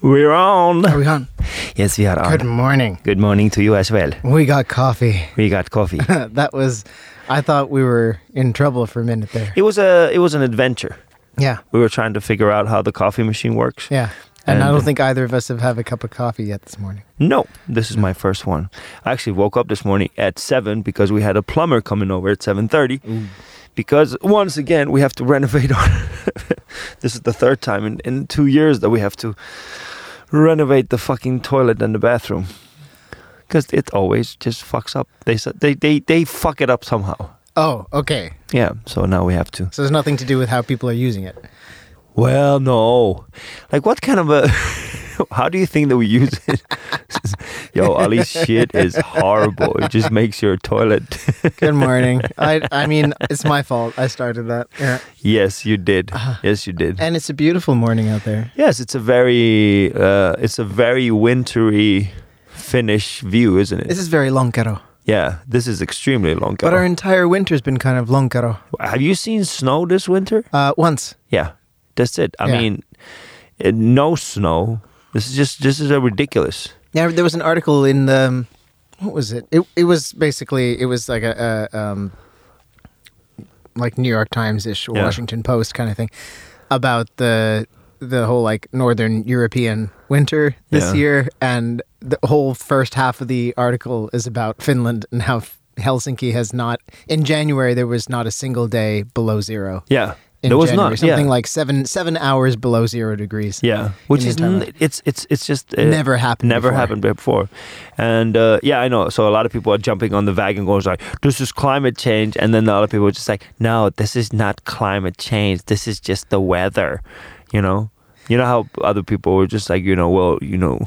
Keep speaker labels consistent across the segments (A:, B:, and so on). A: We're on.
B: Are we on?
A: Yes, we are on.
B: Good morning.
A: Good morning to you as well.
B: We got coffee.
A: We got coffee.
B: that was, I thought we were in trouble for a minute there.
A: it was a it was an adventure.
B: Yeah,
A: We were trying to figure out how the coffee machine works.
B: yeah. And, I
A: And-
B: don't think either of us have had a cup of coffee yet this morning.
A: No, this is my first one. I actually woke up this morning at seven because we had a plumber coming over at seven thirty. Because once again we have to renovate our. this is the third time in, in two years that we have to renovate the fucking toilet and the bathroom. Because it always just fucks up. They s- they they they fuck it up somehow.
B: Oh, okay.
A: Yeah. So now we have to.
B: So there's nothing to do with how people are using it.
A: Well, no. Like, what kind of a. How do you think that we use it? Yo, Ali's shit is horrible. It just makes your toilet.
B: Good morning. I, I mean, it's my fault. I started that. Yeah.
A: yes, you did. Yes, you did.
B: Uh-huh. And it's a beautiful morning out there.
A: Yes, it's a very, uh, it's a very wintry Finnish view, isn't it?
B: This is very lonkero.
A: yeah, this is extremely long.
B: But our entire winter's been kind of lonkero.
A: Have you seen snow this winter?
B: Uh, once.
A: Yeah, that's it. I
B: Yeah.
A: mean, uh, no snow. This is just, this is a ridiculous.
B: Yeah, there was an article in the um, what was it? It it was basically it was like a, a um, like New York Times ish or
A: Yeah.
B: Washington Post kind of thing about the the whole like northern European winter this
A: Yeah.
B: year, and the whole first half of the article is about Finland and how Helsinki has not in January there was not a single day below zero.
A: Yeah,
B: In
A: there was
B: January,
A: not.
B: something
A: yeah.
B: like seven seven hours below zero degrees.
A: Yeah, which
B: in
A: is
B: Thailand.
A: n- it's it's it's just uh,
B: Never happened
A: never
B: before.
A: happened before, and uh, yeah, I know. So a lot of people are jumping on the wagon, going like, "This is climate change," and then the other people are just like, "No, this is not climate change. This is just the weather," you know. You know how other people were just like, you know, well, you know,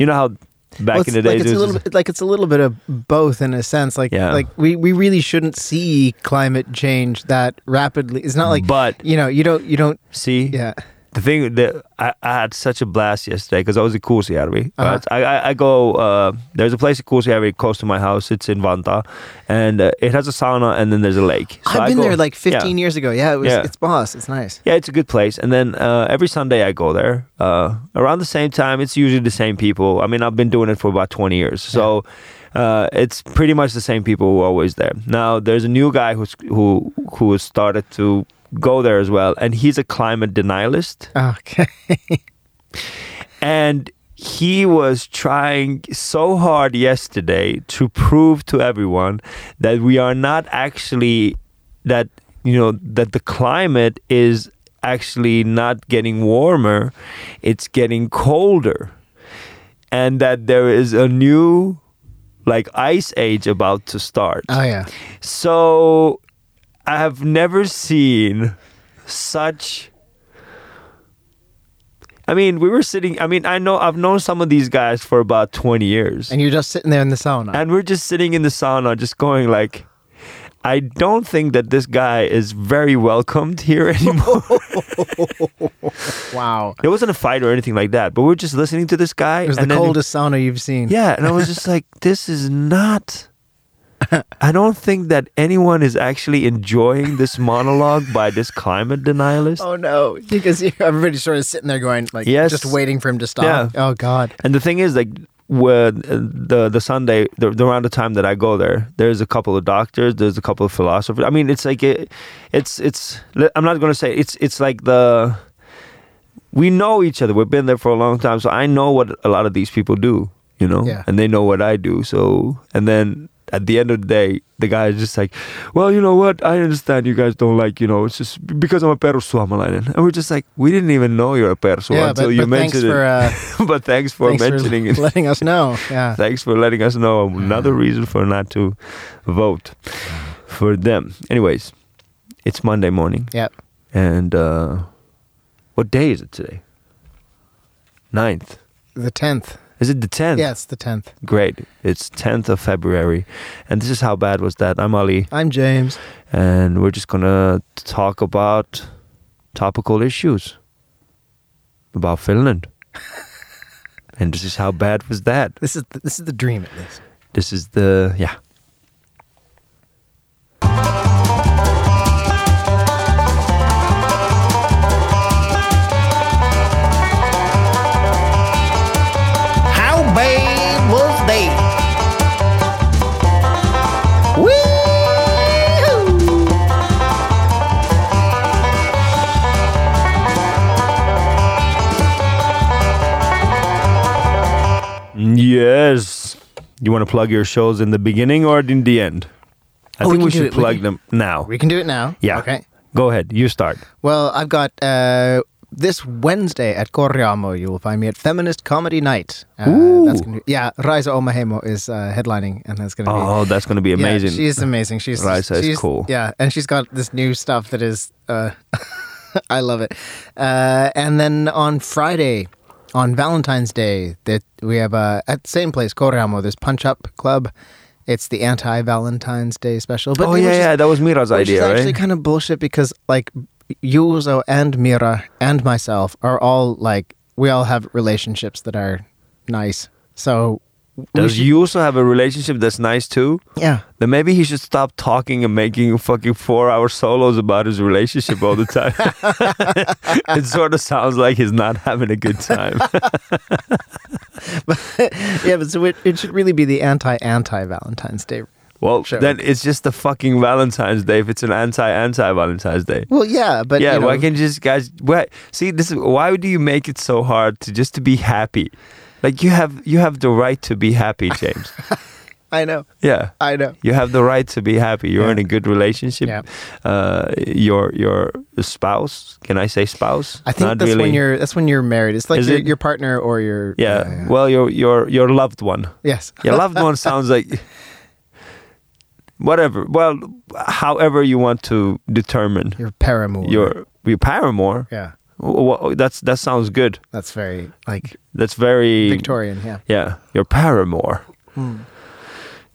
A: you know how back
B: Well,
A: in
B: it's
A: the days
B: like it's
A: it
B: a
A: was
B: little
A: just-
B: bit, like it's a little bit of both in a sense. Like
A: Yeah.
B: like we, we really shouldn't see climate change that rapidly. It's not like
A: But-
B: you know you don't you don't
A: see,
B: yeah
A: the thing that I, I had such a blast yesterday because I was in Kuusijärvi.
B: Uh-huh.
A: Right? I, I I go uh, there's a place in Kuusijärvi close to my house. It's in Vanta, and uh, it has a sauna and then there's a lake. So
B: I've
A: I
B: been
A: go-
B: there like 15
A: yeah.
B: years ago. Yeah, it was
A: Yeah.
B: it's boss. It's nice.
A: Yeah, it's a good place. And then uh, every Sunday I go there uh, around the same time. It's usually the same people. I mean, I've been doing it for about 20 years, so uh, it's pretty much the same people who are always there. Now there's a new guy who's who who has started to go there as well, and he's a climate denialist.
B: Okay.
A: And he was trying so hard yesterday to prove to everyone that we are not actually that you know that the climate is actually not getting warmer, it's getting colder. And that there is a new like ice age about to start.
B: Oh yeah.
A: So I have never seen such. I mean, we were sitting. I mean, I know I've known some of these guys for about twenty years,
B: And you're just sitting there in the sauna.
A: and we're just sitting in the sauna, just going like, I don't think that this guy is very welcomed here anymore.
B: wow.
A: there wasn't a fight or anything like that, but we're just listening to this guy.
B: It was the
A: and then-
B: coldest sauna you've seen.
A: Yeah, and I was just like, this is not. I don't think that anyone is actually enjoying this monologue by this climate denialist.
B: Oh no! Because you- everybody's sort of sitting there going like
A: Yes.
B: just waiting for him to stop.
A: Yeah.
B: Oh god.
A: And the thing is, like, where uh, the the Sunday the, the around the time that I go there, there's a couple of doctors, there's a couple of philosophers. I mean, it's like it, it's it's. I'm not gonna say it's it's like the. We know each other. We've been there for a long time, so I know what a lot of these people do, you know,
B: Yeah.
A: and they know what I do. So, and then at the end of the day, the guy is just like, "Well, you know what? I understand you guys don't like, you know, it's just because I'm a Perussuomalainen," and we're just like, "We didn't even know you're a Perussu
B: yeah,
A: until
B: but,
A: you
B: but thanks
A: mentioned it."
B: for uh,
A: but thanks for
B: thanks
A: mentioning
B: for
A: it.
B: letting us know. Yeah.
A: Thanks for letting us know another reason for not to vote for them. Anyways, it's Monday morning,
B: Yep.
A: and uh, what day is it today? Ninth.
B: The tenth.
A: Is it the tenth?
B: Yeah, it's the tenth.
A: Great. It's tenth of February, and this is how bad was that? I'm Ali,
B: I'm James.
A: and we're just gonna talk about topical issues about Finland. and this is how bad was that?
B: This is the, this is the dream at least.
A: This is the yeah. Yes. You want to plug your shows in the beginning or in the end? I
B: Oh, we
A: think
B: can
A: we,
B: do
A: should
B: it- we
A: plug
B: can-
A: them now.
B: We can do it now.
A: yeah.
B: Okay.
A: Go ahead. You start.
B: Well, I've got uh, this Wednesday at Corriamo. You will find me at Feminist Comedy Night. Uh, That's
A: Ooh.
B: gonna, yeah, Raisa Omahemo is uh, headlining, and that's going to be
A: Oh, that's going to be
B: Yeah,
A: amazing.
B: she's amazing. She's
A: Raisa is
B: she's-
A: cool.
B: Yeah, and she's got this new stuff that is. Uh, I love it. Uh, and then on Friday, on Valentine's Day, that we have uh, at the same place, Coramo. There's Punch Up Club. It's the anti Valentine's Day special. But
A: oh,
B: which
A: yeah,
B: is-
A: yeah. That was Mira's
B: which is
A: idea,
B: actually
A: right?
B: kind of bullshit because like Yuzo and Mira and myself are all like we all have relationships that are nice. So we
A: Does
B: should-
A: you also have a relationship that's nice too?
B: yeah.
A: Then maybe he should stop talking and making fucking four hour solos about his relationship all the time. it sort of sounds like he's not having a good time.
B: yeah, but so it, it should really be the anti anti Valentine's Day.
A: Well,
B: Sure.
A: then it's just the fucking Valentine's Day if it's an anti anti Valentine's Day.
B: Well, yeah, but
A: yeah,
B: you know,
A: why can't you just guys? Why, see, this is why do you make it so hard to just to be happy? Like you have you have the right to be happy, James.
B: I know,
A: yeah,
B: I know.
A: you have the right to be happy. You're
B: Yeah.
A: in a good relationship.
B: Yeah.
A: Uh, your your spouse. Can I say spouse?
B: I think
A: Not
B: that's
A: really.
B: when you're that's when you're married. It's like
A: Is
B: your,
A: it?
B: your partner or your
A: Yeah. Well, your your your loved one.
B: yes,
A: Your loved one sounds like whatever. Well, however you want to determine
B: your paramour.
A: your your paramour.
B: yeah,
A: Wh- wh- That's that sounds good.
B: that's very like
A: That's very
B: Victorian. Yeah,
A: Yeah, your paramour.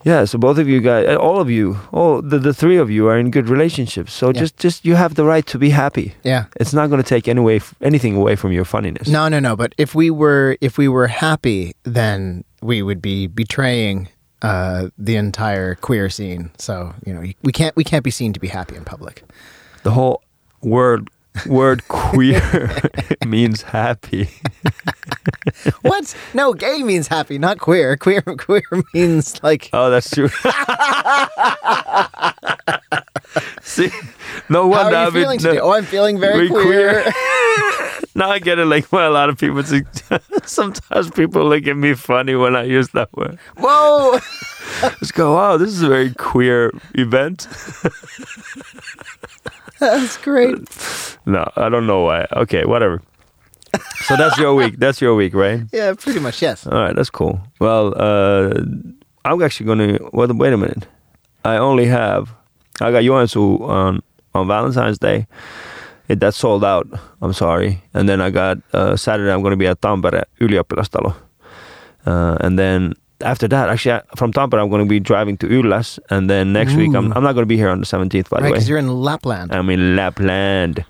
A: Yeah, so both of you guys, uh, all of you, all the, the three of you are in good relationships. So
B: Yeah.
A: just just you have the right to be happy.
B: yeah.
A: It's not going to take any way, f- anything away from your funniness.
B: No, no, no. But if we were if we were happy, then we would be betraying uh, the entire queer scene. So you know we can't we can't be seen to be happy in public.
A: The whole word word queer means happy.
B: what? No, gay means happy, not queer. Queer queer means like
A: Oh, that's true. See, no
B: how
A: wonder
B: are you
A: I've been-
B: feeling
A: no-
B: today? Oh, I'm feeling very
A: Very
B: queer.
A: queer. Now I get it. Like, well, a lot of people think- sometimes people look at me funny when I use that word.
B: Whoa!
A: Just go, wow, this is a very queer event.
B: That's great.
A: No, I don't know why. Okay, whatever. So that's your week. That's your week, right?
B: Yeah, pretty much. Yes.
A: All right, that's cool. Well, uh, I'm actually gonna. Wait, wait a minute. I only have. I got Joensuu on on Valentine's Day. It, that's sold out. I'm sorry. And then I got uh, Saturday. I'm gonna be at Tampere Ylioppilastalo. Uh, and then after that, actually, I, from Tampere, I'm gonna be driving to Ylas. And then next week, I'm, I'm not gonna be here on the 17th. By the
B: Right,
A: way, Uh.
B: because you're in Lapland.
A: I'm in Lapland.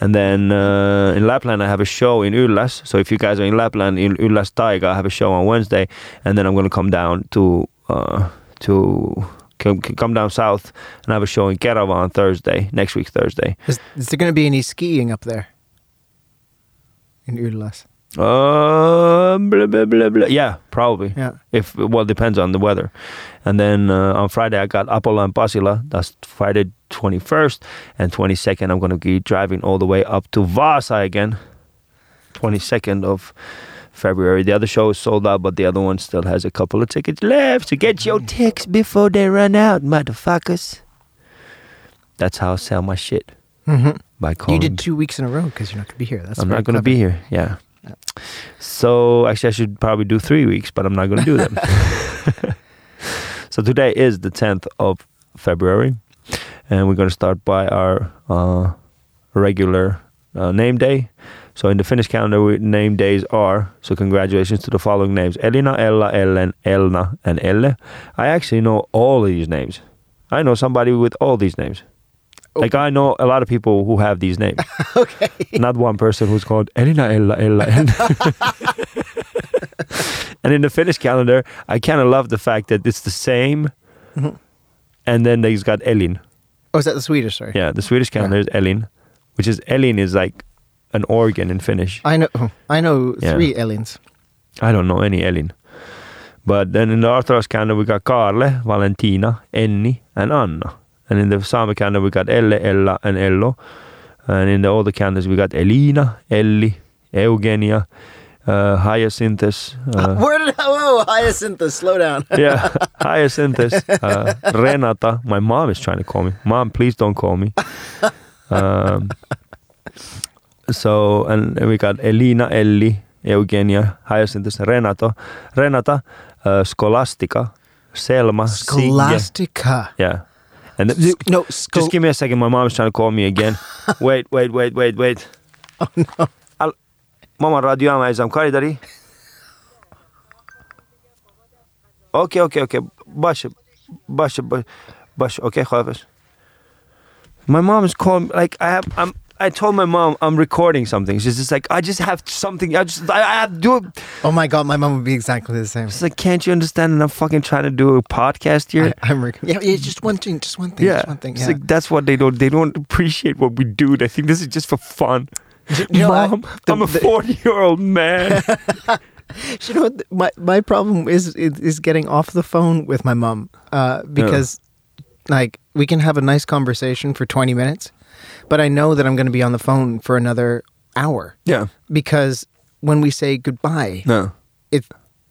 A: And then uh, in Lapland, I have a show in Ullas. So if you guys are in Lapland, in Ullas Taiga, I have a show on Wednesday. And then I'm going to come down to uh, to come, come down south and have a show in Kerava on Thursday, next week, Thursday.
B: Is, is there going to be any skiing up there? In Udelas.
A: Uh, blah, blah, blah, blah. Yeah, probably.
B: Yeah.
A: If well, depends on the weather. And then uh, on Friday, I got Apollo and Pasila. That's Friday twenty first and twenty second. I'm gonna be driving all the way up to Vasa again. Twenty second of February. The other show is sold out, but the other one still has a couple of tickets left. So get
B: Mm-hmm.
A: your tickets before they run out, motherfuckers. That's how I sell my shit
B: Mm-hmm.
A: by
B: You
A: calling.
B: did two weeks in a row because you're not going to be here. That's
A: I'm
B: very
A: not going to
B: clever.
A: be here. Yeah.
B: Yeah.
A: So actually, I should probably do three weeks, but I'm not going to do them. so today is the 10th of February, and we're going to start by our uh, regular uh, name day. So in the Finnish calendar, we, name days are so. Congratulations to the following names: Elina, Ella, Ellen, Elna, and Elle. I actually know all these names. I know somebody with all these names. Like I know a lot of people who have these names. okay. Not one person who's called Elina Ella Ella. and in the Finnish calendar, I kind of love the fact that it's the same, and then they've got Elin.
B: Oh, is that the Swedish? Sorry.
A: Yeah, the Swedish calendar is Elin, which is Elin is like an organ in Finnish.
B: I know. oh, I know
A: Yeah.
B: three aliens.
A: I don't know any Elin. But then in the Orthodox calendar, we got Karle, Valentina, Enni, and Anna. And in the Sami calendar, we got Elle, Ella, and Ello. And in the other calendars, we got Elina, Elli, Eugenia, uh, hyacinthus. Uh,
B: Where did oh, Hyacinthus, slow down.
A: yeah, hyacinthus. Uh, Renata. My mom is trying to call me. Mom, please don't call me. Um, so, and, and we got Elina, Elli, Eugenia, hyacinthus, Renata, Renata, uh, Scholastica, Selma, Sigge.
B: Scholastica.
A: Yeah. And th-
B: S- no, schol-
A: just give me a second. My mom's trying to call me again. wait, wait, wait, wait, wait. Oh no. Al- Mama, radioama ezam kari dari? Okay, okay, okay. Basha, basha, basha. Okay, khafiz. My mom is calling. Like I have, I'm. I told my mom I'm recording something. She's just like, I just have something. I just, I, I have to do it.
B: oh my god, my mom would be exactly the same.
A: She's like, can't you understand? And I'm fucking trying to do a podcast here.
B: I, am rec- yeah, yeah, just one thing, just one thing, just one thing.
A: It's
B: Yeah.
A: like, that's what they don't. They don't appreciate what we do. They think this is just for fun.
B: you know, I-
A: Mom,
B: the-
A: I'm a
B: the-
A: 40 year old man.
B: you know what th- my my problem is is is getting off the phone with my mom uh, because like we can have a nice conversation for 20 minutes but i know that i'm going to be on the phone for another hour
A: yeah.
B: because when we say goodbye
A: No.
B: it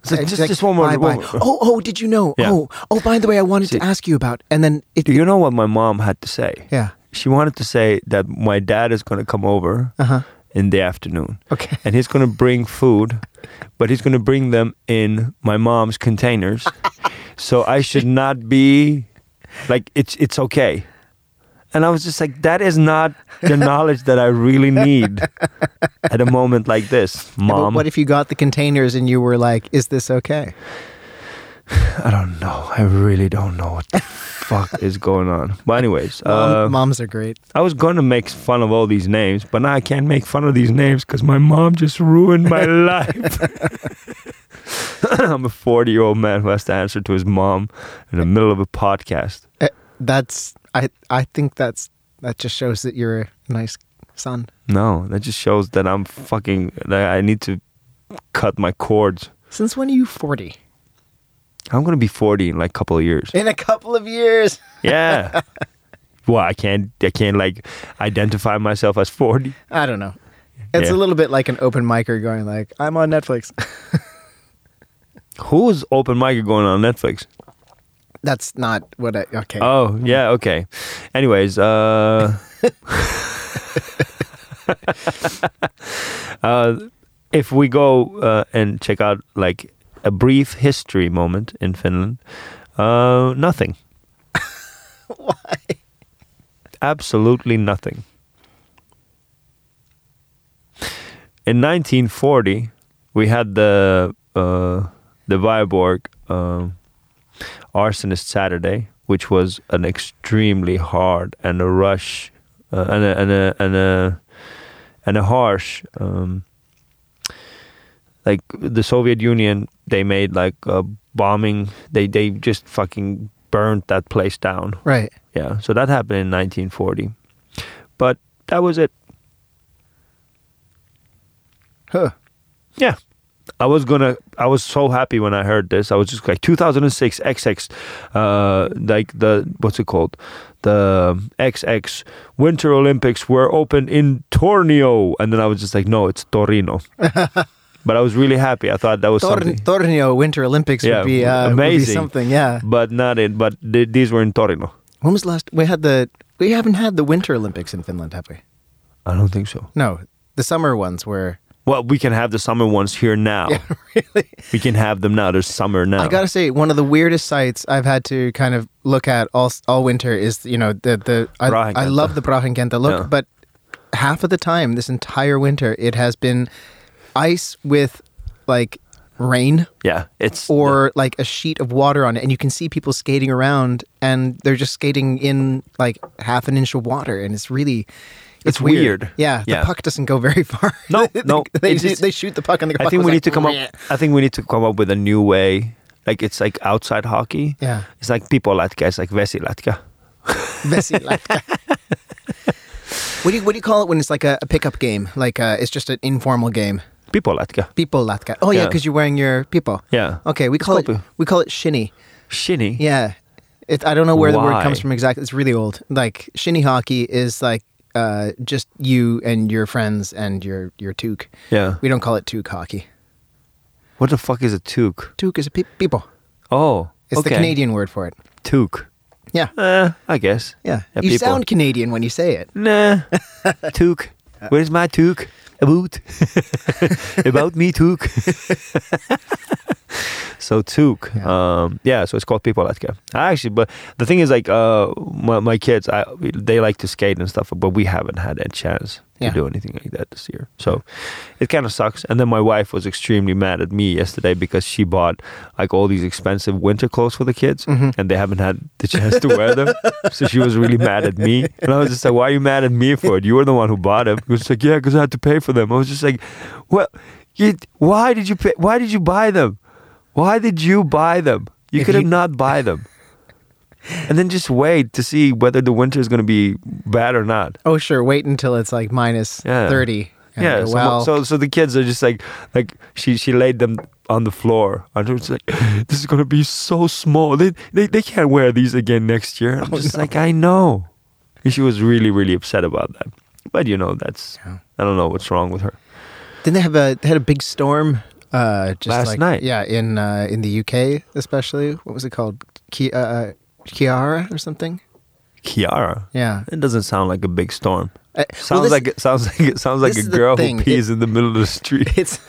A: So
B: it's
A: just- just one more-
B: bye,
A: one
B: bye.
A: more.
B: oh oh did you know
A: Yeah.
B: oh oh by the way i wanted to ask you about and then it
A: Do you know what my mom had to say?
B: yeah
A: She wanted to say that my dad is going to come over
B: uh-huh
A: in the afternoon
B: okay
A: and he's going to bring food, but he's going to bring them in my mom's containers. so I should not be like, it's, it's okay. And I was just like, that is not the knowledge that I really need at a moment like this,
B: Yeah, but
A: mom.
B: what if you got the containers and you were like is this okay
A: I don't know. I really don't know what the fuck is going on. But anyways, uh,
B: Mom- moms are great
A: I was going to make fun of all these names, but now I can't make fun of these names because my mom just ruined my life. I'm a 40 year old man who has to answer to his mom in the middle of a podcast.
B: Uh, that's I I think that's that just shows that you're a nice son.
A: No, that just shows that I'm fucking. That I need to cut my cords.
B: Since when are you 40?
A: I'm gonna be 40 in like a couple of years.
B: In a couple of years.
A: Yeah. well, I can't. I can't like identify myself as 40.
B: I don't know. It's
A: Yeah.
B: a little bit like an open micer going like, "I'm on Netflix."
A: Who's open mic going on Netflix?
B: that's not what I okay.
A: Oh, yeah, okay. Anyways, uh, uh, if we go uh, and check out like a brief history moment in Finland, uh, nothing.
B: Why?
A: Absolutely nothing. In 1940, we had the uh, the Viborg um arsonist Saturday, which was an extremely hard and a rush uh, and a and a and a and a harsh. Um, like the Soviet Union, they made like a bombing. They they just fucking burnt that place down.
B: Right.
A: Yeah, so that happened in 1940. But that was it.
B: Huh.
A: Yeah. I was gonna. I was so happy when I heard this. I was just like 2006 XX, uh, like the what's it called, the XX Winter Olympics were open in Tornio, and then I was just like, no, it's Torino. but I was really happy. I thought that was
B: Tor-
A: something,
B: Tornio Winter Olympics
A: Yeah,
B: would be uh, would be
A: amazing.
B: something, yeah.
A: but not it. But th- these were in Torino.
B: When was the last we had the we haven't had the Winter Olympics in Finland, have we?
A: I don't think so.
B: No, the summer ones were
A: Well, we can have the summer ones here now.
B: really
A: We can have them now. There's summer now.
B: I gotta say, one of the weirdest sites I've had to kind of look at all all winter is you know the the I,
A: Brahenkenta.
B: I love the Brahenkenta look,
A: Yeah.
B: but half of the time this entire winter it has been ice with like rain
A: Yeah, it's
B: or like a sheet of water on it, and you can see people skating around, and they're just skating in like half an inch of water, and it's really. It's,
A: It's weird.
B: Yeah, the
A: Yeah.
B: puck doesn't go very far.
A: No,
B: They-
A: no,
B: They,
A: it
B: they,
A: just-
B: they shoot the puck, and the
A: I
B: puck
A: think
B: goes
A: we
B: like,
A: need to come up. I think we need to come up with a new way. Like it's like outside hockey.
B: Yeah.
A: It's like people latka. It's like vesi latka.
B: Vesilatka. what do you what do you call it when it's like a, a pickup game? Like uh, it's just an informal game.
A: People Oh, latka.
B: People latka. Oh yeah,
A: Yeah.
B: because you're wearing your people.
A: Yeah.
B: Okay, we call it
A: called-
B: we call it shinny.
A: Shinny.
B: Yeah, it, I don't know where the word
A: Why?
B: comes from exactly. It's really old. Like shinny hockey is like uh, just you and your friends and your your toque.
A: Yeah.
B: We don't call it toque hockey.
A: What the fuck is a toque?
B: Toque is a pe- people.
A: Oh,
B: It's
A: okay.
B: the Canadian word for it.
A: toque.
B: Yeah.
A: Eh, I guess.
B: Yeah.
A: Yeah,
B: you
A: people.
B: sound Canadian when you say it.
A: Nah, toque. Where's my toque? About about me toque. so toque. Yeah. Um, yeah. So it's called people Latka. I actually, but the thing is, like, uh, my, my kids, I they like to skate and stuff, but we haven't had a chance
B: Yeah.
A: to do anything like that this year. So it kind of sucks. And then my wife was extremely mad at me yesterday because she bought like all these expensive winter clothes for the kids
B: Mm-hmm.
A: and they haven't had the chance to wear them. so she was really mad at me. And I was just like, why are you mad at me for it? You were the one who bought them. She was like, yeah, because I had to pay for them. I was just like, well, you, why did you pay? Why did you buy them? Why did you buy them? You
B: If
A: could have
B: you-
A: not buy them. And then just wait to see whether the winter is going to be bad or not.
B: Oh, sure. Wait until it's like minus
A: Yeah.
B: 30. And
A: Yeah,
B: go,
A: so,
B: well,
A: so so the kids are just like like she she laid them on the floor and it's like this is gonna be so small. They they, they can't wear these again next year.
B: Oh,
A: I'm just like I know. And she was really really upset about that. But you know that's
B: Yeah.
A: I don't know what's wrong with her.
B: didn't they have a they had a big storm uh, just
A: Last
B: like,
A: night.
B: Yeah, in uh, in the UK especially. What was it called? Ki- uh, uh, Kiara or something?
A: Kiara.
B: Yeah.
A: It doesn't sound like a big storm.
B: Uh,
A: Sounds
B: well, this-
A: like it sounds like it sounds like
B: this
A: a
B: is the
A: girl who
B: thing.
A: pees in the middle of the street.
B: it's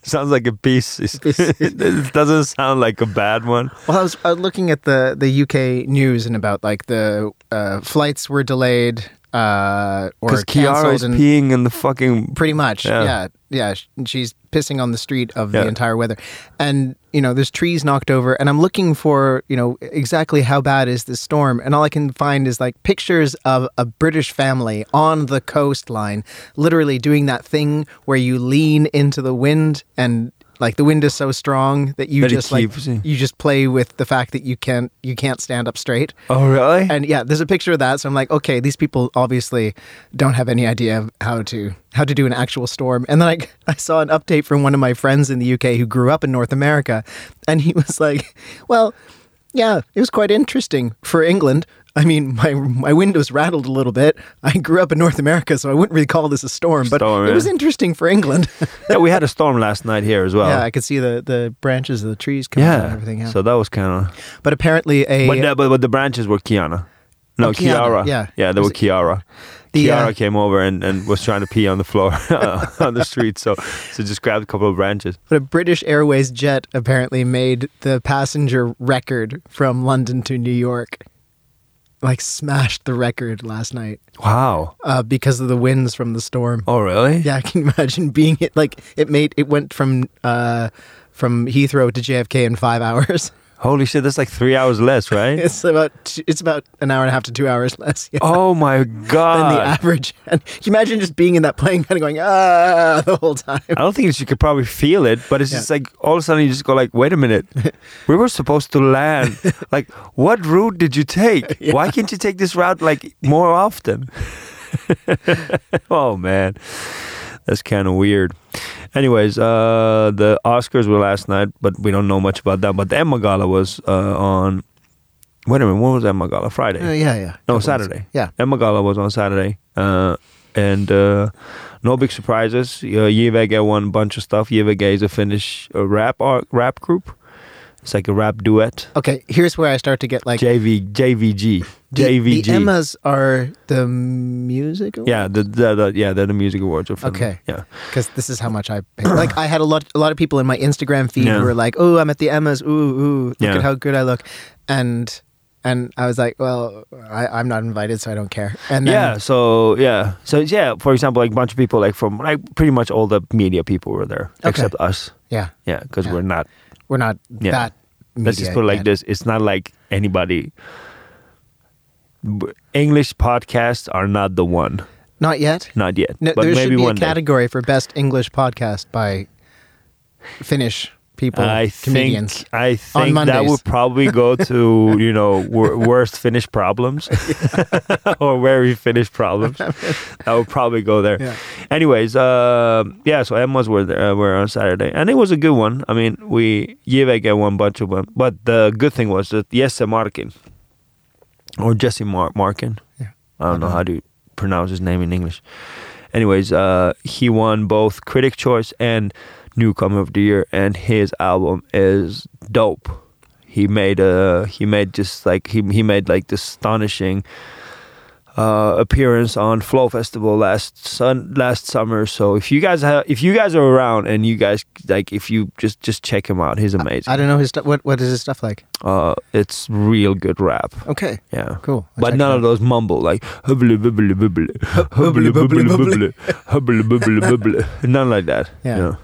A: sounds like a piece. it doesn't sound like a bad one.
B: Well, I was, I was looking at the, the UK news and about like the uh, flights were delayed uh, or
A: Because Kiara
B: canceled
A: is
B: and
A: peeing in the fucking
B: pretty much.
A: Yeah.
B: Yeah. yeah, sh- She's pissing on the street of
A: Yeah.
B: the entire weather, and you know there's trees knocked over. And I'm looking for you know exactly how bad is this storm, and all I can find is like pictures of a British family on the coastline, literally doing that thing where you lean into the wind and. Like the wind is so strong that you
A: That it
B: just like
A: keeps you-
B: you just play with the fact that you can't you can't stand up straight.
A: Oh really?
B: And yeah, there's a picture of that. So I'm like, okay, these people obviously don't have any idea of how to how to do an actual storm. And then I, I saw an update from one of my friends in the UK who grew up in North America, and he was like, well, yeah, it was quite interesting for England. I mean, my my windows rattled a little bit. I grew up in North America, so I wouldn't really call this a storm, but
A: Storm,
B: it was
A: yeah.
B: interesting for England.
A: yeah, we had a storm last night here as well.
B: yeah, I could see the, the branches of the trees coming down and everything. Yeah.
A: So that was kind of.
B: but apparently, a
A: But, the- but but the branches were Kiana. No,
B: Oh, Kiana,
A: Kiara.
B: yeah.
A: yeah, they were
B: Was
A: Kiara.
B: the, uh,
A: Kiara came over and, and was trying to pee on the floor on the street, so so just grabbed a couple of branches.
B: But a British Airways jet apparently made the passenger record from London to New York. Like smashed the record last night
A: Wow.
B: uh, because of the winds from the storm.
A: Oh really?
B: Yeah, I can imagine being it. Like it made it went from uh, from Heathrow to JFK in five hours.
A: Holy shit! That's like three hours less, right?
B: It's about t- it's about an hour and a half to two hours less yeah,
A: oh my
B: than the
A: god!
B: average. And can you imagine just being in that plane, kind of going ah the whole time.
A: I don't think you could probably feel it, but it's
B: Yeah.
A: just like all of a sudden you just go like, "Wait a minute, we were supposed to land. Like, what route did you take? Why can't you take this route like more often?" oh man, that's kind of weird. Anyways, uh, the Oscars were last night, but we don't know much about that. But the Emma Gala was uh, on. Wait a minute, when was Emma Gala? Friday.
B: Uh, yeah, yeah.
A: No,
B: Couple
A: Saturday.
B: weeks. Yeah.
A: Emma Gala was on Saturday. Uh, and uh, no big surprises. Uh, Yevege won a bunch of stuff. Yevege is a Finnish uh, rap art, rap group. It's like a rap duet.
B: Okay, here's where I start to get like
A: JV, JVG.
B: The-
A: JVG.
B: The Emmas are the music. awards?
A: yeah, the, the, the, yeah, they're the music awards. Of Finland.
B: Okay.
A: Yeah.
B: because this is how much I pay. like. I had a lot, a lot of people in my Instagram feed
A: Yeah.
B: who were like, "Oh, I'm at the Emmas. Ooh, ooh, look
A: Yeah.
B: at how good I look," and and I was like, "Well, I, I'm not invited, so I don't care." And then,
A: yeah. So yeah. So yeah. For example, like a bunch of people, like from like pretty much all the media people were there,
B: Okay.
A: except us.
B: yeah,
A: Yeah, because
B: Yeah.
A: we're not
B: we're not
A: Yeah.
B: that.
A: Let's just
B: media
A: put it like
B: yet.
A: this: it's not like anybody. B- English podcasts are not the one,
B: Not yet.
A: not yet.
B: No,
A: but
B: there
A: maybe
B: should be a
A: one day.
B: category for best English podcast by Finnish people,
A: I
B: comedians.
A: think I think that
B: Mondays.
A: would probably go to you know wor- worst Finnish problems or very Finnish problems. that would probably go there.
B: Yeah.
A: Anyways, um yeah. So Emma's were there, uh, were on Saturday, and it was a good one. I mean, we Jevek won a bunch of them, but the good thing was that Jesse Markin or Jesse Mar- Markin.
B: Yeah.
A: I don't know how to pronounce his name in English. Anyways, uh, he won both Critic Choice and newcomer of the year, and his album is dope. He made a he made just like he he made like this astonishing uh, appearance on Flow Festival last sun last summer. So if you guys have if you guys are around and you guys like if you just just check him out, he's amazing.
B: I don't know his stuff. What what is his stuff like?
A: uh, it's real good rap.
B: Okay,
A: Yeah.
B: cool. I'll
A: But
B: check
A: none
B: it
A: of those mumble like hubbly bubbly bubbly hubbly bubbly bubbly hubbly bubbly bubbly none like that.
B: Yeah.
A: You know.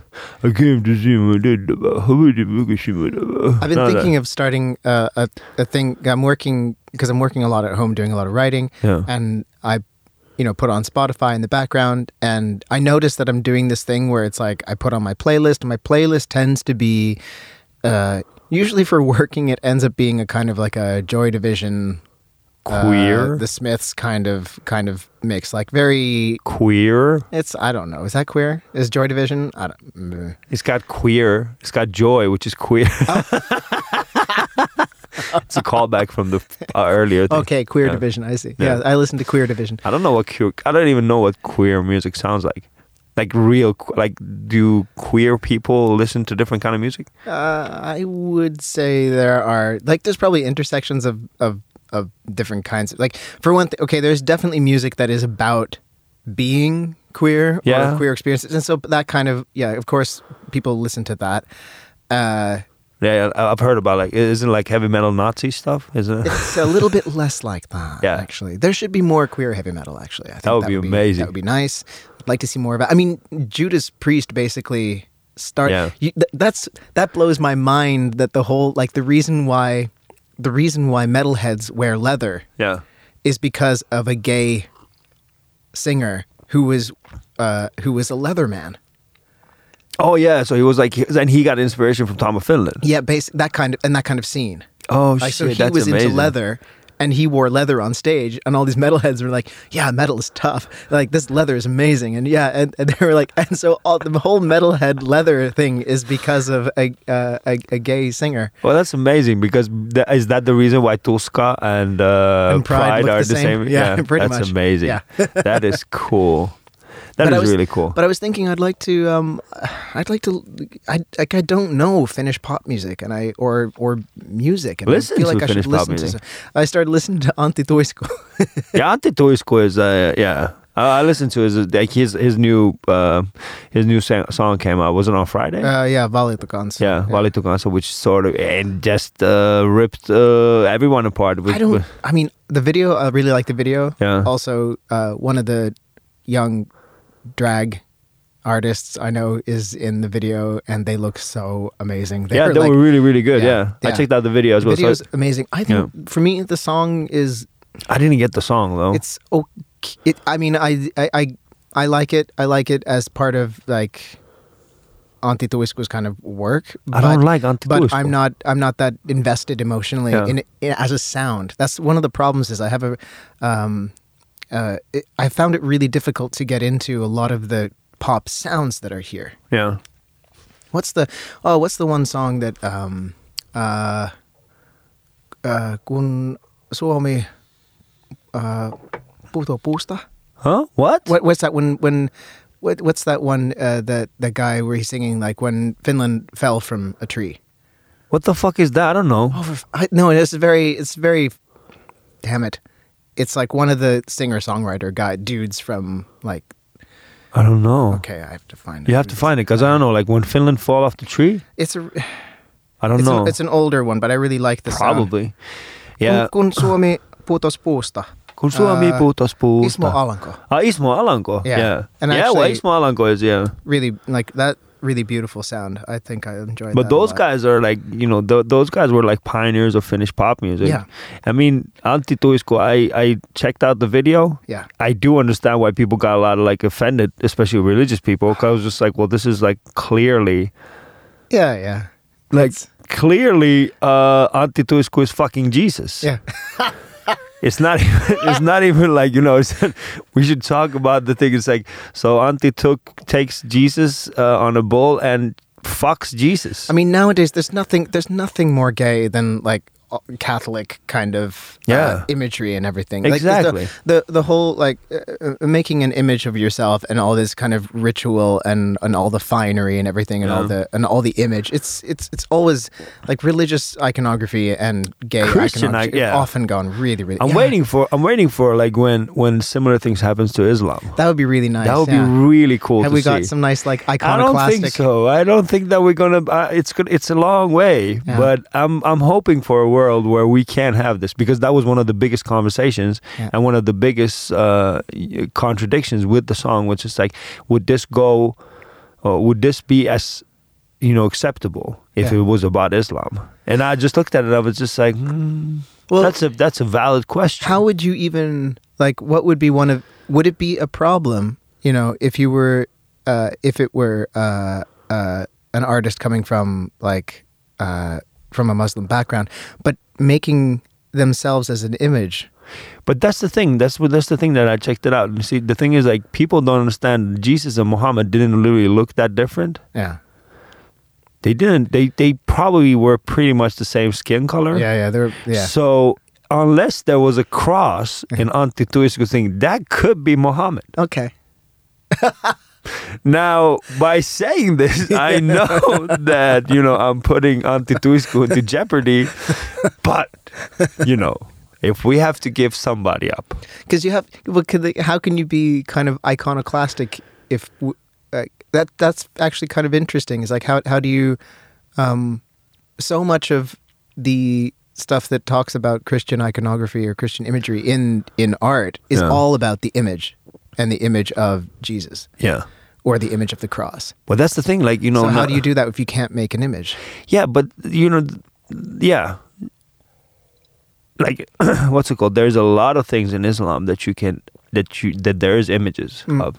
A: I came to see my dad uh, about hubbly bubbly shimmy about."
B: I've been
A: uh, None of
B: thinking of starting uh, a a thing. I'm working because I'm working a lot at home, doing a lot of writing,
A: that. Yeah.
B: and I, you know, put on Spotify in the background, and I notice that I'm doing this thing where it's like I put on my playlist. and My playlist tends to be, uh, usually for working, it ends up being a kind of like a Joy Division, uh,
A: Queer
B: the Smiths kind of kind of mix, like very.
A: queer.
B: It's I don't know. Is that queer? Is Joy Division? I don't. mm.
A: It's got queer. It's got joy, which is queer.
B: Oh.
A: it's a callback from the uh, earlier thing.
B: Okay, Queer
A: Yeah.
B: Division. I see.
A: Yeah.
B: yeah, I listen to Queer Division.
A: I don't know what queer. I don't even know what queer music sounds like. Like real, que- like do queer people listen to different kind of music?
B: Uh, I would say there are like there's probably intersections of of of different kinds. Like for one thing, okay, there's definitely music that is about being queer
A: Yeah.
B: or queer experiences, and so that kind of yeah, of course, people listen to that. Uh,
A: Yeah, I- I've heard about like isn't it like heavy metal Nazi stuff, isn't it?
B: it's a little bit less like that.
A: Yeah.
B: actually, there should be more queer heavy metal. Actually, I think
A: would be amazing.
B: That would be nice. I'd like to see more about. I mean, Judas Priest basically start.
A: Yeah.
B: You, th- that's that blows my mind. That the whole like the reason why the reason why metalheads wear leather
A: Yeah,
B: is because of a gay singer who was uh, who was a leatherman.
A: Oh yeah, so he was like, and he got inspiration from Tom of Finland.
B: Yeah, base that kind of and that kind of scene.
A: Oh
B: Like
A: shit,
B: so he
A: that's
B: was
A: amazing.
B: into leather and he wore leather on stage and all these metalheads were like, Yeah, metal is tough. Like this leather is amazing and yeah, and, and they were like and so all the whole metalhead leather thing is because of a uh, a, a gay singer.
A: Well, that's amazing because tha- is that the reason why Tuska and, uh,
B: And Pride look
A: are
B: the same? Yeah, pretty
A: that's
B: much.
A: amazing.
B: Yeah.
A: that is cool. That is
B: But I was-
A: really cool.
B: But I was thinking I'd like to um I'd like to I like I don't know Finnish pop music and I or or music and
A: Listen
B: I feel
A: to
B: like I
A: Finnish
B: should
A: pop
B: listen
A: music.
B: to some- I started listening to Antti Tuisku.
A: yeah, Ante Tuisku is uh, yeah. I I listened to his like his his new uh, his new sang- song came out. Was it on Friday?
B: uh yeah, Valitukans.
A: Eh? yeah, Wally Tukansa, which sort of and just uh, ripped uh, everyone apart. With,
B: I don't.
A: with-
B: I mean, the video. I really like the video.
A: Yeah.
B: Also, uh, one of the young drag artists I know is in the video, and they look so amazing.
A: yeah, they
B: like,
A: were really really good.
B: Yeah,
A: Yeah, I
B: yeah.
A: checked out the video as
B: the
A: well.
B: video's
A: so
B: amazing. I think for me, the song is
A: I didn't get the song though.
B: it's okay. It, I mean, I, I I I like it. I like it as part of like Auntie Tuisku's kind of work.
A: I don't like Antti
B: but
A: Tuisku.
B: I'm not I'm not that invested emotionally
A: Yeah.
B: in, in as a sound. That's one of the problems. Is I have a um, uh, it, I found it really difficult to get into a lot of the pop sounds that are here.
A: yeah.
B: What's the oh? What's the one song that um uh uh kun Suomi uh puto puusta?
A: Huh? What?
B: What what's that when when what what's that one uh that the guy where he's singing like when Finland fell from a tree?
A: What the fuck is that? I don't know.
B: Oh, for, f- I, no, it's very it's very damn it. It's like one of the singer songwriter guy dudes from like
A: I don't know.
B: okay, I have to find it.
A: You have to find it because I don't know. Like when Finland fall off the tree,
B: It's a
A: I don't
B: it's,
A: know.
B: an, it's an older one, but I really like the sound.
A: probably. Yeah.
B: Kun, kun Suomi putos puusta.
A: Kun Suomi
B: uh,
A: puutos puusta.
B: Ismo Alanko.
A: Ah, Ismo Alanko.
B: Yeah.
A: Yeah. Yeah.
B: And
A: well,
B: actually-
A: Ismo Alanko is yeah.
B: Really, like that really beautiful sound. I think I enjoyed
A: But
B: that. a
A: those
B: lot.
A: guys are like, you know, th- those guys were like pioneers of Finnish pop music.
B: Yeah.
A: I mean, Antti Tuisku, I, I checked out the video.
B: Yeah.
A: I do understand why people got a lot of like offended, especially religious people, because I was just like, well, this is like clearly,
B: Yeah, yeah.
A: like clearly, uh, Antti Tuisku is fucking Jesus.
B: Yeah.
A: It's not even, it's not even like, you know, it's, we should talk about the thing. It's like, so Antti took, takes Jesus uh, on a bull and fucks Jesus.
B: I mean, nowadays there's nothing there's nothing more gay than like uh, Catholic kind of uh,
A: Yeah.
B: imagery and everything.
A: Exactly.
B: Like, the, the the whole like uh, uh, making an image of yourself and all this kind of ritual and and all the finery and everything and all
A: Yeah.
B: the and all the image. It's it's it's always like religious iconography and gay
A: Christian
B: iconography.
A: ic- yeah.
B: Often gone really really.
A: I'm
B: yeah.
A: waiting for I'm waiting for like when when similar things happens to Islam.
B: That would be really nice.
A: that would
B: yeah.
A: be really cool.
B: Have
A: to
B: we got
A: see.
B: some nice like
A: I don't
B: iconoclastic?
A: think so. I don't think that we're gonna. Uh, it's good. It's a long way,
B: Yeah.
A: but I'm I'm hoping for a world where we can have this because that was one of the biggest conversations
B: Yeah.
A: and one of the biggest uh, y- contradictions with the song, which is like, would this go? Or would this be as you know acceptable if
B: Yeah.
A: it was about Islam? And I just looked at it. I was just like, hmm,
B: Well-
A: that's a that's a valid question.
B: How would you even like? What would be one of? Would it be a problem? You know, if you were, uh, if it were uh, uh, an artist coming from like uh, from a Muslim background, but making themselves as an image.
A: But that's the thing. That's what. That's the thing that I checked it out. And see, the thing is, like, people don't understand. Jesus and Muhammad didn't literally look that different.
B: Yeah,
A: They didn't. They they probably were pretty much the same skin color.
B: yeah, yeah. They're yeah.
A: So unless there was a cross and anti-Tuisko thing, that could be Muhammad.
B: okay.
A: Now, by saying this, I know that you know I'm putting anti-Tuisko into jeopardy. But you know, if we have to give somebody up,
B: Because you have. Well, could they, how can you be kind of iconoclastic if w- uh, that? That's actually kind of interesting. Is like how how do you, um, so much of the stuff that talks about Christian iconography or Christian imagery in in art is
A: Yeah.
B: all about the image and the image of Jesus
A: yeah.
B: or the image of the cross.
A: Well, that's the thing. Like you know,
B: so how
A: no-
B: do you do that if you can't make an image?
A: Yeah, but you know, th- yeah. Like, what's it called? There's a lot of things in Islam that you can that you that there is images of.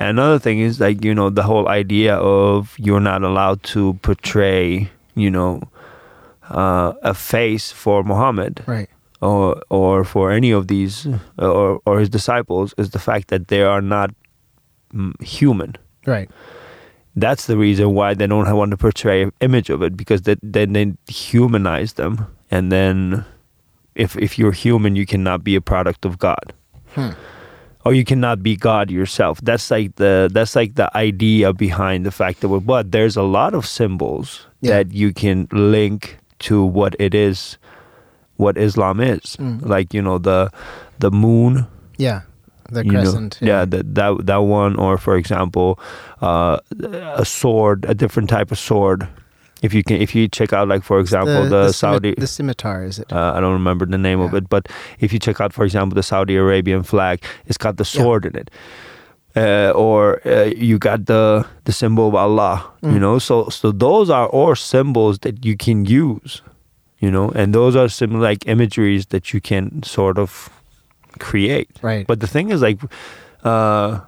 A: And another thing is like you know the whole idea of you're not allowed to portray you know uh, a face for Muhammad
B: Right.
A: or or for any of these or or his disciples is the fact that they are not mm, human
B: Right.
A: that's the reason why they don't want to portray an image of it because that then they humanize them and then if if you're human you cannot be a product of god
B: Hmm.
A: or you cannot be god yourself that's like the that's like the idea behind the fact that we're but there's a lot of symbols
B: Yeah.
A: that you can link to what it is what islam is
B: Mm.
A: like you know the the moon
B: Yeah. The
A: you know,
B: crescent.
A: yeah, that, that that one, or for example, uh, a sword, a different type of sword. If you can, if you check out, like for example, the,
B: scimi-
A: Saudi.
B: the scimitar is it?
A: uh, I don't remember the name of
B: Yeah.
A: it, but if you check out, for example, the Saudi Arabian flag, it's got the
B: Yeah.
A: sword in it, uh, or uh, you got the the symbol of Allah. You
B: Mm.
A: know, so so those are all symbols that you can use. You know, and those are similar like imageries that you can sort of create.
B: right.
A: But the thing is, like, uh,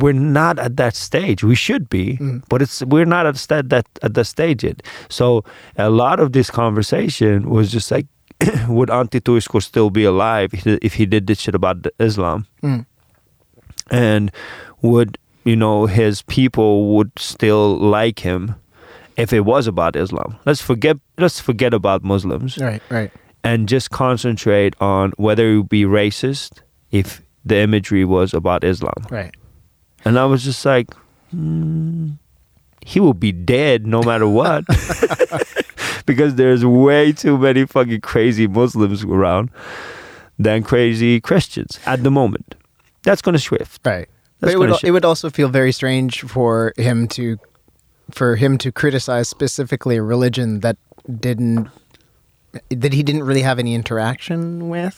A: we're not at that stage. We should be,
B: Mm.
A: but it's we're not at that that at that stage yet. So a lot of this conversation was just like, would Antti Tuisko still be alive if he- if he did this shit about the Islam,
B: Mm.
A: and would you know his people would still like him? If it was about Islam, let's forget let's forget about Muslims
B: Right. Right.
A: and just concentrate on whether it would be racist if the imagery was about Islam.
B: Right.
A: And I was just like, hmm, he will be dead no matter what. because there's way too many fucking crazy Muslims around than crazy Christians at the moment. That's going to shift. That's
B: Right. But it would
A: kinda shit.
B: it would also feel very strange for him to for him to criticize specifically a religion that didn't that he didn't really have any interaction with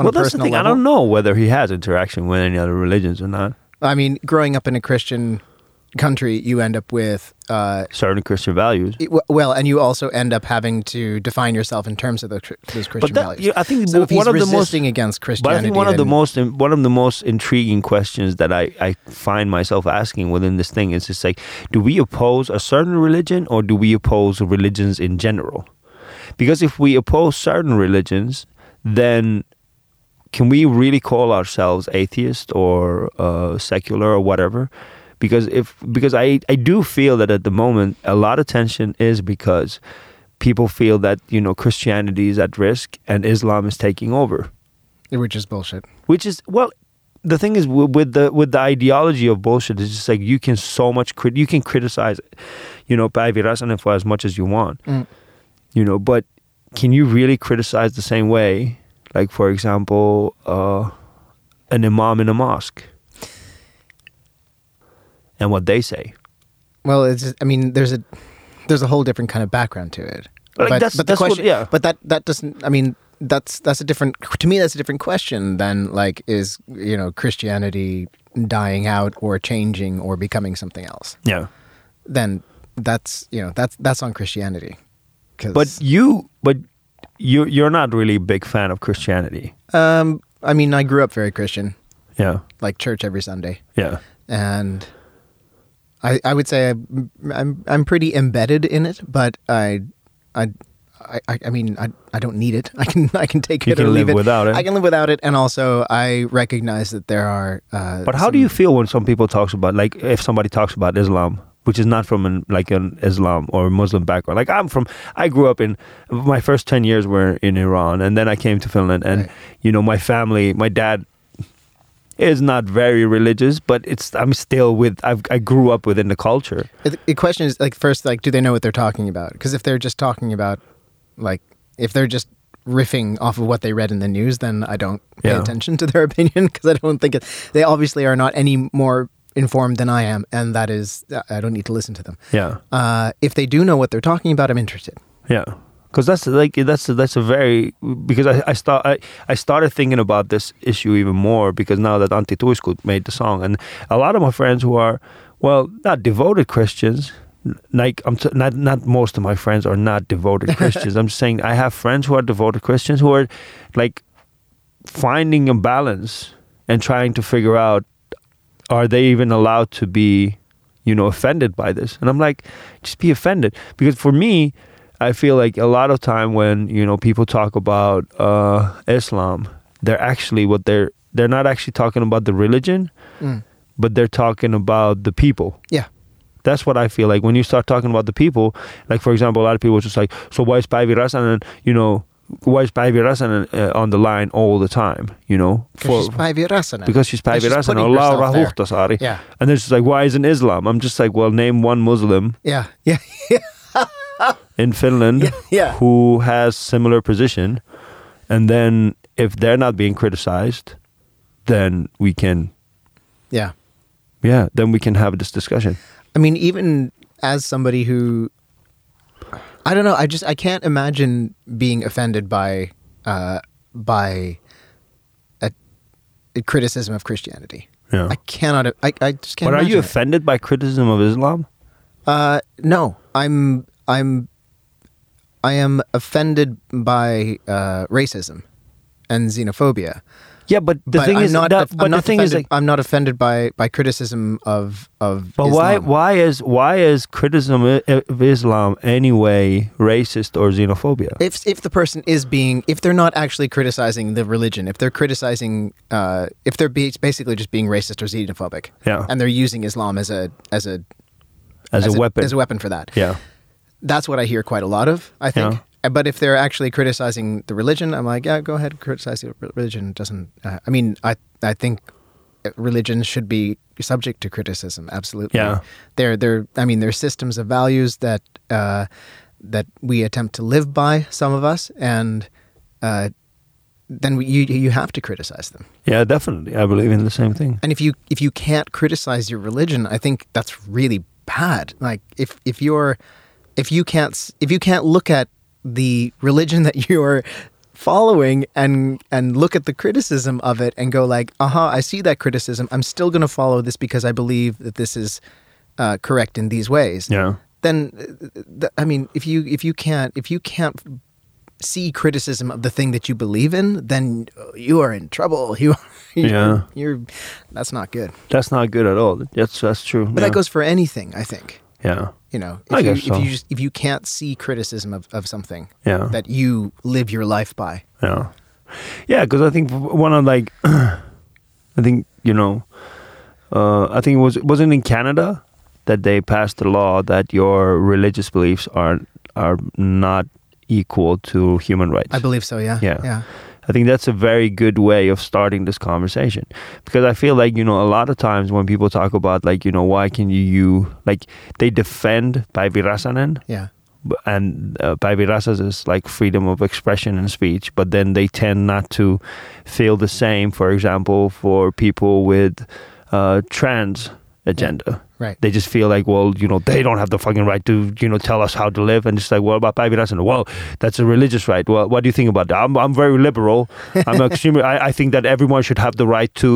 B: on
A: well, that's
B: a
A: the
B: personal
A: thing.
B: level.
A: I don't know whether he has interaction with any other religions or not.
B: I mean, growing up in a Christian country, you end up with uh
A: Certain Christian values.
B: it- w- well, and you also end up having to define yourself in terms of those, Chri- those Christian
A: that-
B: values.
A: you- I think
B: so if he's
A: one of the most-
B: resisting against
A: But
B: Christianity,
A: I think one of the
B: then-
A: most one of the most intriguing questions that I, I find myself asking within this thing is just like, do we oppose a certain religion or do we oppose religions in general? Because if we oppose certain religions, then can we really call ourselves atheist or uh, secular or whatever? Because if because I I do feel that at the moment a lot of tension is because people feel that you know Christianity is at risk and Islam is taking over,
B: which is bullshit.
A: which is well. The thing is wi- with the with the ideology of bullshit it's just like you can so much crit- you can criticize, you know, Päivi Räsänen for as much as you want,
B: Mm.
A: you know, but can you really criticize the same way, like for example, uh, an imam in a mosque and what they say?
B: Well, it's just- I mean, there's a there's a whole different kind of background to it.
A: Like, that's-
B: the
A: that's what-
B: question,
A: yeah.
B: But that that doesn't. I mean, that's that's a different. To me, that's a different question than like is you know Christianity dying out or changing or becoming something else.
A: Yeah,
B: Then that's you know that's that's on Christianity. 'Cause,
A: but you but you you're not really a big fan of Christianity.
B: um, I mean, I grew up very Christian,
A: Yeah,
B: like church every Sunday.
A: yeah. and
B: and I I would say I'm I'm, I'm pretty embedded in it, but I I. I, I I mean I, I don't need it. I can I can take
A: You
B: it
A: can
B: or leave
A: live without it.
B: I can live without it, and also I recognize that there are. Uh,
A: But how do you feel when some people talks about like if somebody talks about Islam, which is not from an like an Islam or Muslim background? Like I'm from, I grew up in my first ten years were in Iran, and then I came to Finland, and
B: Right.
A: you know my family, my dad is not very religious, but it's I'm still with I've, I grew up within the culture.
B: The- The question is like first like do they know what they're talking about? Because if they're just talking about like if they're just riffing off of what they read in the news, then I don't pay
A: Yeah.
B: attention to their opinion because I don't think it. They obviously are not any more informed than I am, and that is I don't need to listen to them.
A: Yeah,
B: Uh, if they do know what they're talking about, I'm interested.
A: Yeah, because that's like that's that's a very because I I start I, I started thinking about this issue even more because now that Antti Tuisku made the song and a lot of my friends who are well not devoted Christians like I'm t- not not most of my friends are not devoted Christians. I'm just saying I have friends who are devoted Christians who are like finding a balance and trying to figure out are they even allowed to be you know offended by this and i'm like just be offended because for me i feel like a lot of time when you know people talk about uh islam they're actually what they're they're not actually talking about the religion
B: Mm.
A: but they're talking about the people
B: Yeah,
A: that's what I feel like when you start talking about the people. Like for example, a lot of people are just like, so why is Päivi Räsänen, you know, why is Päivi Räsänen uh, on the line all the time, you know,
B: because she's Päivi Räsänen.
A: because she's Päivi
B: she's
A: Räsänen
B: putting
A: or Laura
B: herself there.
A: Huhtasaari.
B: Yeah,
A: And then she's like, why isn't Islam? I'm just like, well, name one Muslim
B: yeah, yeah,
A: in Finland
B: Yeah, yeah.
A: who has similar position, and then if they're not being criticized, then we can,
B: yeah.
A: yeah, then we can have this discussion.
B: I mean, even as somebody who, I don't know, I just I can't imagine being offended by uh, by a, a criticism of Christianity.
A: Yeah.
B: I cannot. I, I just can't.
A: But are you
B: imagine it.
A: offended by criticism of Islam?
B: Uh, no, I'm I'm I am offended by uh, racism and xenophobia.
A: Yeah, but the
B: but
A: thing
B: I'm
A: is
B: not,
A: that,
B: I'm
A: but the
B: not
A: thing is
B: offended,
A: like,
B: I'm not offended by by criticism of of.
A: but why
B: Islam.
A: why is why is criticism i- of Islam anyway racist or xenophobia?
B: If if the person is being if they're not actually criticizing the religion, if they're criticizing uh, if they're be, basically just being racist or xenophobic,
A: Yeah.
B: and they're using Islam as a as a
A: as, a, weapon.
B: as a weapon for that,
A: yeah.
B: that's what I hear quite a lot of. I think.
A: Yeah.
B: Uh, But if they're actually criticizing the religion, I'm like, yeah, go ahead, criticize the re- religion. It doesn't uh, I mean, I I think uh, religion should be subject to criticism. Absolutely.
A: Yeah.
B: They're they're I mean, they're systems of values that uh, that we attempt to live by. Some of us, and uh, then we, you you have to criticize them.
A: Yeah, definitely. I believe in the same thing.
B: And if you if you can't criticize your religion, I think that's really bad. Like if if you're if you can't s- if you can't look at the religion that you're following and and look at the criticism of it and go like, "Aha, I see that criticism. I'm still going to follow this because I believe that this is uh, correct in these ways."
A: Yeah.
B: Then uh, th- I mean, if you if you can't if you can't see criticism of the thing that you believe in, then uh, you are in trouble. You you're,
A: Yeah.
B: you're that's not good.
A: That's not good at all. That's that's true.
B: But
A: yeah.
B: that goes for anything, I think.
A: Yeah.
B: You know, if
A: I
B: you
A: guess so.
B: if you just if you can't see criticism of, of something
A: Yeah.
B: that you live your life by.
A: Yeah. Yeah, because I think one of like, I think you know, uh, I think it was wasn't in Canada that they passed a law that your religious beliefs are are not equal to human rights.
B: I believe so. Yeah.
A: Yeah.
B: Yeah.
A: I think that's a very good way of starting this conversation because I feel like you know a lot of times when people talk about like you know why can you, you like they defend Päivi Räsänen
B: Yeah.
A: b- and uh, Päivi Räsänen's like freedom of expression and speech, but then they tend not to feel the same. For example, for people with uh, trans agenda,
B: Right.
A: they just feel like well you know they don't have the fucking right to you know tell us how to live and it's like well about Päivi Räsänen well that's a religious right well what do you think about that I'm, I'm very liberal I'm extremely I, I think that everyone should have the right to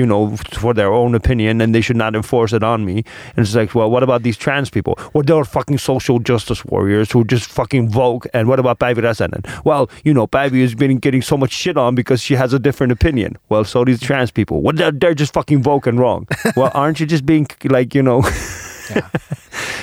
A: you know for their own opinion and they should not enforce it on me and it's like well what about these trans people well they're fucking social justice warriors who just fucking vogue and what about Päivi Räsänen well you know Päivi has been getting so much shit on because she has a different opinion well so these trans people well they're, they're just fucking vogue and wrong well aren't you just being like you know
B: Yeah.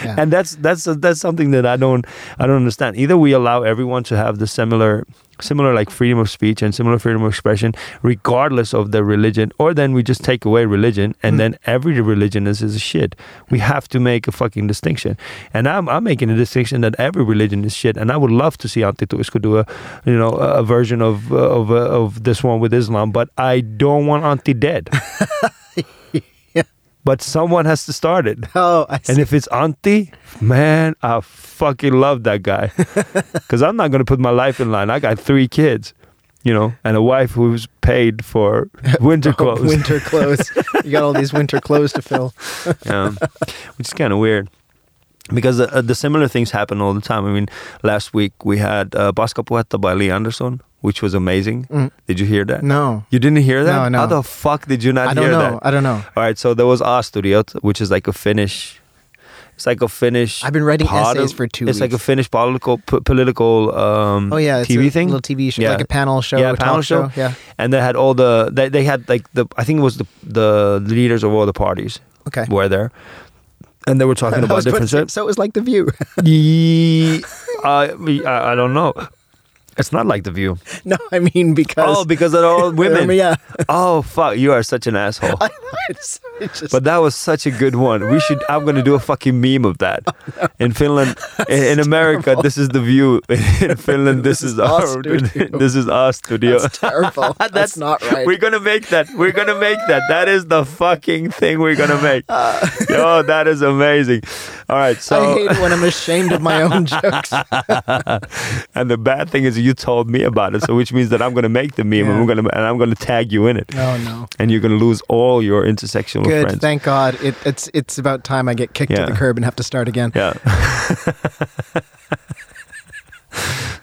B: Yeah.
A: and that's that's that's something that I don't I don't understand. Either we allow everyone to have the similar similar like freedom of speech and similar freedom of expression, regardless of their religion, or then we just take away religion and
B: Mm.
A: then every religion is is shit. We have to make a fucking distinction, and I'm I'm making a distinction that every religion is shit. And I would love to see Ante Tuisku do a you know a a version of of of this one with Islam, but I don't want Auntie dead. But someone has to start it.
B: Oh, I see.
A: And if it's auntie, man, I fucking love that guy. Because I'm not going to put my life in line. I got three kids, you know, and a wife who's paid for winter
B: Oh,
A: clothes.
B: winter clothes. you got all these winter clothes to fill.
A: um, which is kind of weird because uh, uh, the similar things happen all the time. I mean, last week we had uh, Pasca Puerta by Lee Anderson, which was amazing.
B: Mm.
A: Did you hear that?
B: No.
A: You didn't hear that?
B: No, no.
A: How the fuck did you not
B: I don't
A: hear
B: know.
A: that?
B: I don't know.
A: All right, so there was Asturiot, which is like a Finnish. It's like a Finnish.
B: I've been writing
A: pod-
B: essays for two
A: It's like a
B: weeks.
A: Finnish political p- political um,
B: Oh yeah, it's
A: TV
B: a
A: thing.
B: little TV show,
A: Yeah.
B: like a panel show,
A: Yeah,
B: a
A: panel
B: talk
A: show.
B: Yeah.
A: and they had all the they, they had like the I think it was the the leaders of all the parties
B: Okay.
A: were there, and they were
B: I
A: talking about
B: was gonna
A: different.
B: say, so it was like the View.
A: Ye- I I I don't know. It's not like the View.
B: no, I mean because Um,
A: Oh, because they're all women.
B: Yeah.
A: Oh fuck, you are such an asshole.
B: It's just-
A: But that was such a good one. We should. I'm gonna do a fucking meme of that. In Finland, in, in America, this is the view. In Finland, this, is, our.
B: studio.
A: This is our studio.
B: That's terrible. That's,
A: That's-
B: not right.
A: We're gonna make that. We're gonna make that. That is the fucking thing we're gonna make. Yo, that is amazing. All right,
B: Uh. I
A: so
B: hate it when I'm ashamed of my own jokes.
A: and the bad thing is you told me about it, so which means that I'm gonna make the meme and
B: Yeah.
A: we're gonna and I'm gonna tag you in it,
B: No, no.
A: and you're gonna lose all your intersectional
B: Good.
A: friends.
B: Thank God. It, it's it's about time I get kicked
A: Yeah.
B: to the curb and have to start again.
A: Yeah.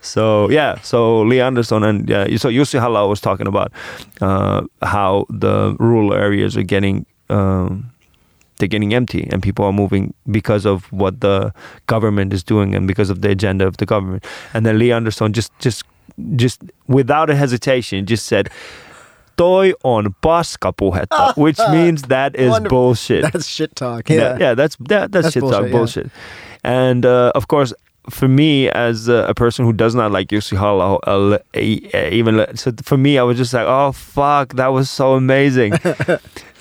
A: so yeah, so Lee Anderson and uh, so Yussi Halla was talking about uh, how the rural areas are getting um, they're getting empty and people are moving because of what the government is doing and because of the agenda of the government. And then Lee Anderson just just just without a hesitation just said. Toi on paskapuhetta, which means that is
B: Wonderful.
A: bullshit.
B: That's shit talk.
A: Yeah,
B: Yeah.
A: yeah, that's that, that's,
B: That's
A: shit talk
B: bullshit, yeah.
A: bullshit. And uh, of course, for me as a, a person who does not like Yussi Hala, uh, e- e- even le- so, for me, I was just like, oh fuck, that was so amazing.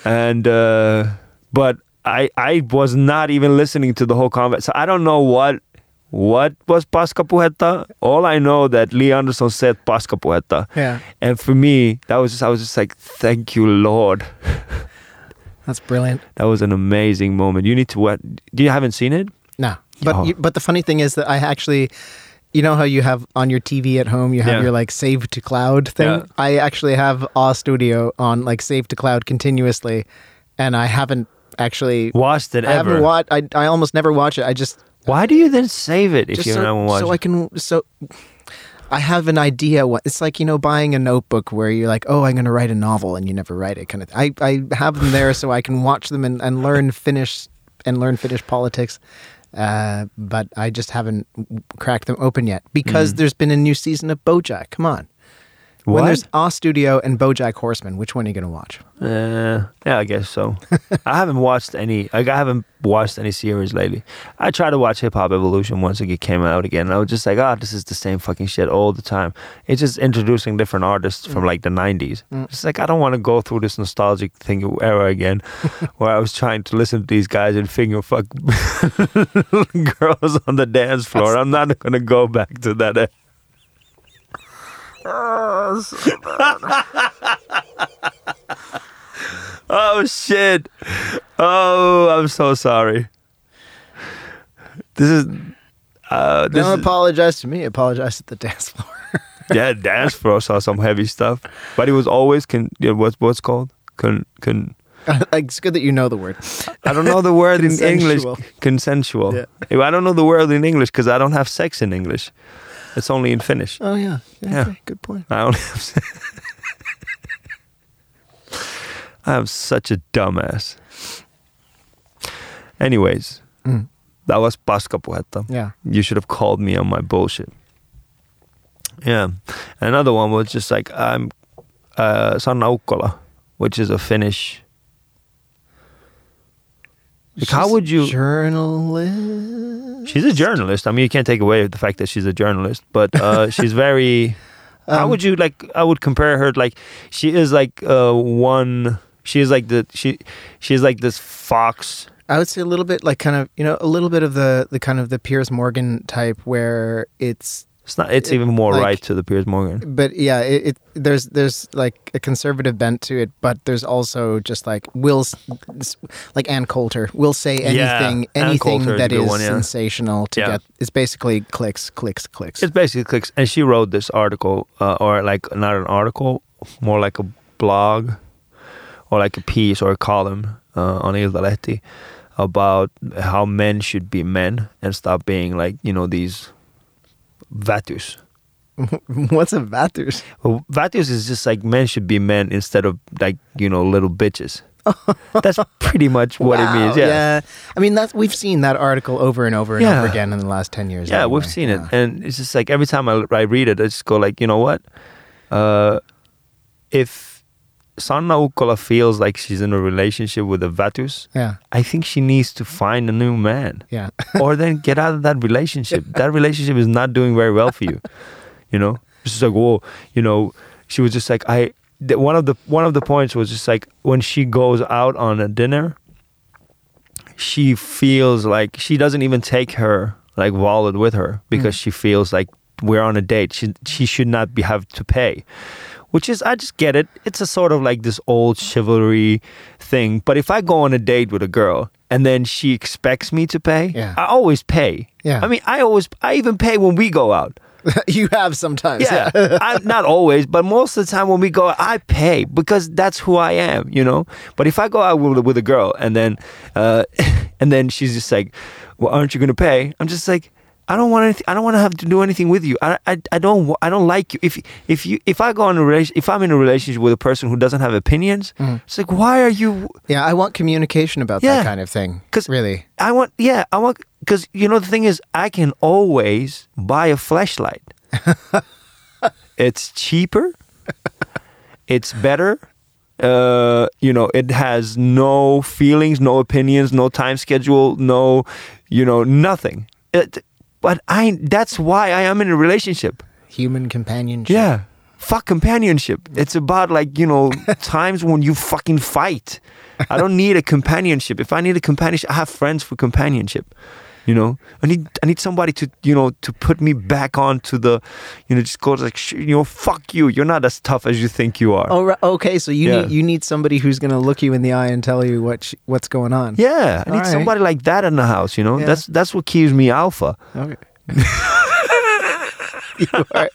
A: and uh, but I I was not even listening to the whole conversation. So I don't know what. What was Pasca Puhetta? All I know that Lee Anderson said Pasca Puhetta.
B: Yeah.
A: And for me, that was just I was just like, Thank you, Lord.
B: That's brilliant.
A: That was an amazing moment. You need to what you haven't seen it?
B: No, but
A: Oh.
B: you, but the funny thing is that I actually, you know how you have on your TV at home, you have
A: Yeah.
B: your like save to cloud thing.
A: Yeah.
B: I actually have Awe Studio on like save to cloud continuously, and I haven't actually.
A: Watched it
B: I haven't
A: ever.
B: watched. I, I almost never watch it. I just
A: Why do you then save it if
B: just
A: you
B: so,
A: haven't watched
B: so I
A: it?
B: can so. I have an idea what it's like, you know, buying a notebook where you're like, oh, I'm going to write a novel and you never write it kind of. I I have them there so I can watch them and, and learn Finnish and learn Finnish politics, uh, but I just haven't cracked them open yet because there's been a new season of BoJack. Come on, When
A: Mm-hmm. What?
B: there's Aw Studio and BoJack Horseman, which one are you going to watch?
A: Uh, yeah, I guess so. I haven't watched any. Like, I haven't watched any series lately. I tried to watch Hip Hop Evolution once it came out again. And I was just like, ah, this is the same fucking shit all the time. It's just introducing different artists from
B: Mm.
A: like the '90s. It's like I don't want to go through this nostalgic thing e-, era again, where I was trying to listen to these guys and finger fuck girls on the dance floor. I'm not gonna go back to that. era. Oh shit! Oh, I'm so sorry. This is. Uh, this
B: Don't
A: is,
B: apologize to me. Apologize at the dance floor.
A: yeah, dance floor saw some heavy stuff, but it was always con. Yeah, what's what's called con con.
B: like, it's good that you know the word.
A: I don't know the word in English.
B: Consensual.
A: Consensual.
B: Yeah.
A: If I don't know the word in English because I don't have sex in English. It's only in Finnish.
B: Oh, yeah.
A: Yeah.
B: Okay, Good point.
A: I only have. se- I am such a dumbass. Anyways,
B: Mm.
A: that was paskapuhetta.
B: Yeah.
A: you should have called me on my bullshit. Yeah. Another one was just like I'm uh Sannaukkola, which is a Finnish. Like how
B: She's
A: would you
B: Journalist.
A: She's a journalist. I mean you can't take away the fact that she's a journalist, but uh she's very how
B: Um,
A: would you like I would compare her like she is like uh one she is like the she she is like this fox
B: I would say a little bit like kind of, you know, a little bit of the, the kind of the Piers Morgan type where it's
A: it's not it's even more
B: Like-
A: right to the Piers Morgan.
B: but yeah, it, it there's there's like a conservative bent to it, but there's also just like will s- s- like Ann Coulter will say
A: Yeah,
B: anything
A: Ann
B: anything
A: Coulter is a
B: that
A: good
B: is
A: one, yeah.
B: sensational to
A: Yeah.
B: get. It's basically clicks, clicks, clicks.
A: It's basically clicks, and she wrote this article, uh, or like not an article, more like a blog, or like a piece or a column uh, on Iltalehti about how men should be men and stop being like you know these vatus.
B: What's a Vathers?
A: Well, Vatus is just like men should be men instead of like you know little bitches. That's pretty much what it means. Yeah,
B: I mean that's we've seen that article over and over and
A: Yeah.
B: over again in the last ten years.
A: Yeah,
B: anyway.
A: we've seen it,
B: Yeah.
A: and it's just like every time I, I read it, I just go like, you know what? Uh, if Sanna Ukkola feels like she's in a relationship with a Vatus,
B: Yeah,
A: I think she needs to find a new man,
B: yeah.
A: or then get out of that relationship. that relationship is not doing very well for you. You know, it's just like, whoa, you know, she was just like, I. The, one of the one of the points was just like when she goes out on a dinner, she feels like she doesn't even take her like wallet with her because
B: Mm.
A: she feels like we're on a date. She she should not be have to pay. Which is I just get it. It's a sort of like this old chivalry thing. But if I go on a date with a girl and then she expects me to pay,
B: Yeah.
A: I always pay.
B: Yeah.
A: I mean I always I even pay when we go out.
B: you have sometimes.
A: Yeah, I, not always, but most of the time when we go, I pay because that's who I am, you know. But if I go out with, with a girl and then, uh, and then she's just like, "Well, aren't you going to pay?" I'm just like, "I don't want anything. I don't want to have to do anything with you. I, I, I don't. wa- I don't like you. If if you if I go on a relation, if I'm in a relationship with a person who doesn't have opinions, it's like, why are you?
B: yeah. I want communication about
A: Yeah.
B: that kind of thing.
A: 'Cause-
B: really,
A: I want. Yeah, I want. Because you know the thing is, I can always buy a flashlight. it's cheaper. It's better. Uh, you know, it has no feelings, no opinions, no time schedule, no, you know, nothing. It, but I. That's why I am in a relationship.
B: human companionship.
A: Yeah. Fuck companionship. It's about like, you know, times when you fucking fight. I don't need a companionship. If I need a companionship, I have friends for companionship. You know, I need I need somebody to you know to put me back onto the, you know, just go like "Sh- you know fuck you. You're not as tough as you think you are.
B: Oh, ri- okay. So you
A: Yeah.
B: need, you need somebody who's going to look you in the eye and tell you what sh- what's going on.
A: Yeah, I need
B: Alright.
A: somebody like that in the house. You know,
B: Yeah.
A: that's that's what keeps me alpha.
B: Okay. you are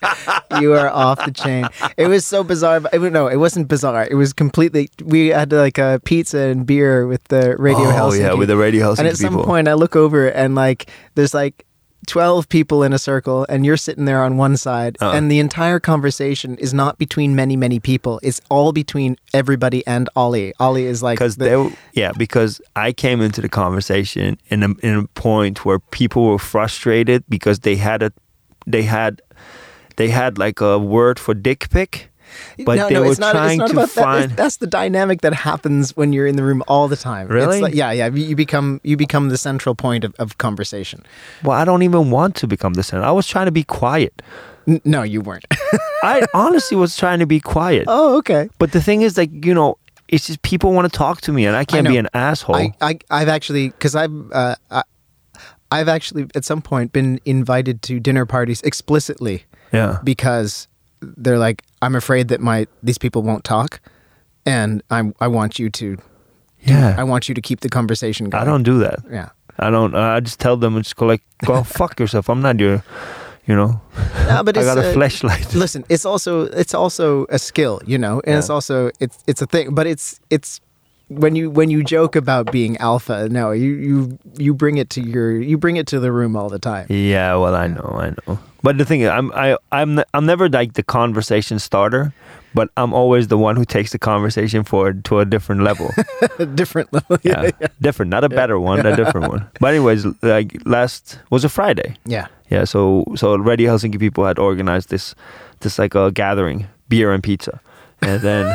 B: you are off the chain. It was so bizarre. But, no, it wasn't bizarre. It was completely. We had like a pizza and beer with the radio
A: oh
B: Helsinki.
A: yeah, with the radio house
B: and at some
A: people.
B: point, I look over and like there's like. 12 people in a circle and you're sitting there on one side
A: Uh-huh.
B: and the entire conversation is not between many many people it's all between everybody and ollie ollie is like
A: because
B: the-
A: they w- yeah because I came into the conversation in a, in a point where people were frustrated because they had a they had they had like a word for dick pic But
B: no,
A: they
B: no,
A: were
B: it's not,
A: trying
B: it's not
A: to
B: about that.
A: find.
B: It's- that's the dynamic that happens when you're in the room all the time. It's
A: Really?
B: like- yeah, yeah. You you become you become the central point of, of conversation.
A: Well, I don't even want to become the center. I was trying to be quiet.
B: N- no, you weren't.
A: I honestly was trying to be quiet.
B: oh, okay.
A: But the thing is, like you know, it's just people want to talk to me, and I can't
B: know.
A: be an asshole.
B: I, I I've actually because I've uh, I, I've actually at some point been invited to dinner parties explicitly
A: yeah.
B: because they're like I'm afraid that my these people won't talk, and I I want you to
A: yeah.
B: I want you to keep the conversation going.
A: I don't do that.
B: Yeah.
A: I don't. I just tell them and just go like, go fuck yourself. I'm not your, you know.
B: No, but
A: I
B: it's,
A: got a
B: uh,
A: flashlight.
B: Listen, it's also it's also a skill, you know, and it's
A: Yeah.
B: also it's it's a thing, but it's it's when you when you joke about being alpha, no, you you you bring it to your you bring it to the room all the time.
A: Yeah, well, I know, I know. But the thing is, I'm I I'm n- I'm never like the conversation starter, but I'm always the one who takes the conversation forward to a different level.
B: Different level.
A: yeah, different, not a better one, a different one. But anyways, like last was a Friday.
B: Yeah.
A: Yeah, so so already Helsinki people had organized this this like a gathering, beer and pizza, and then.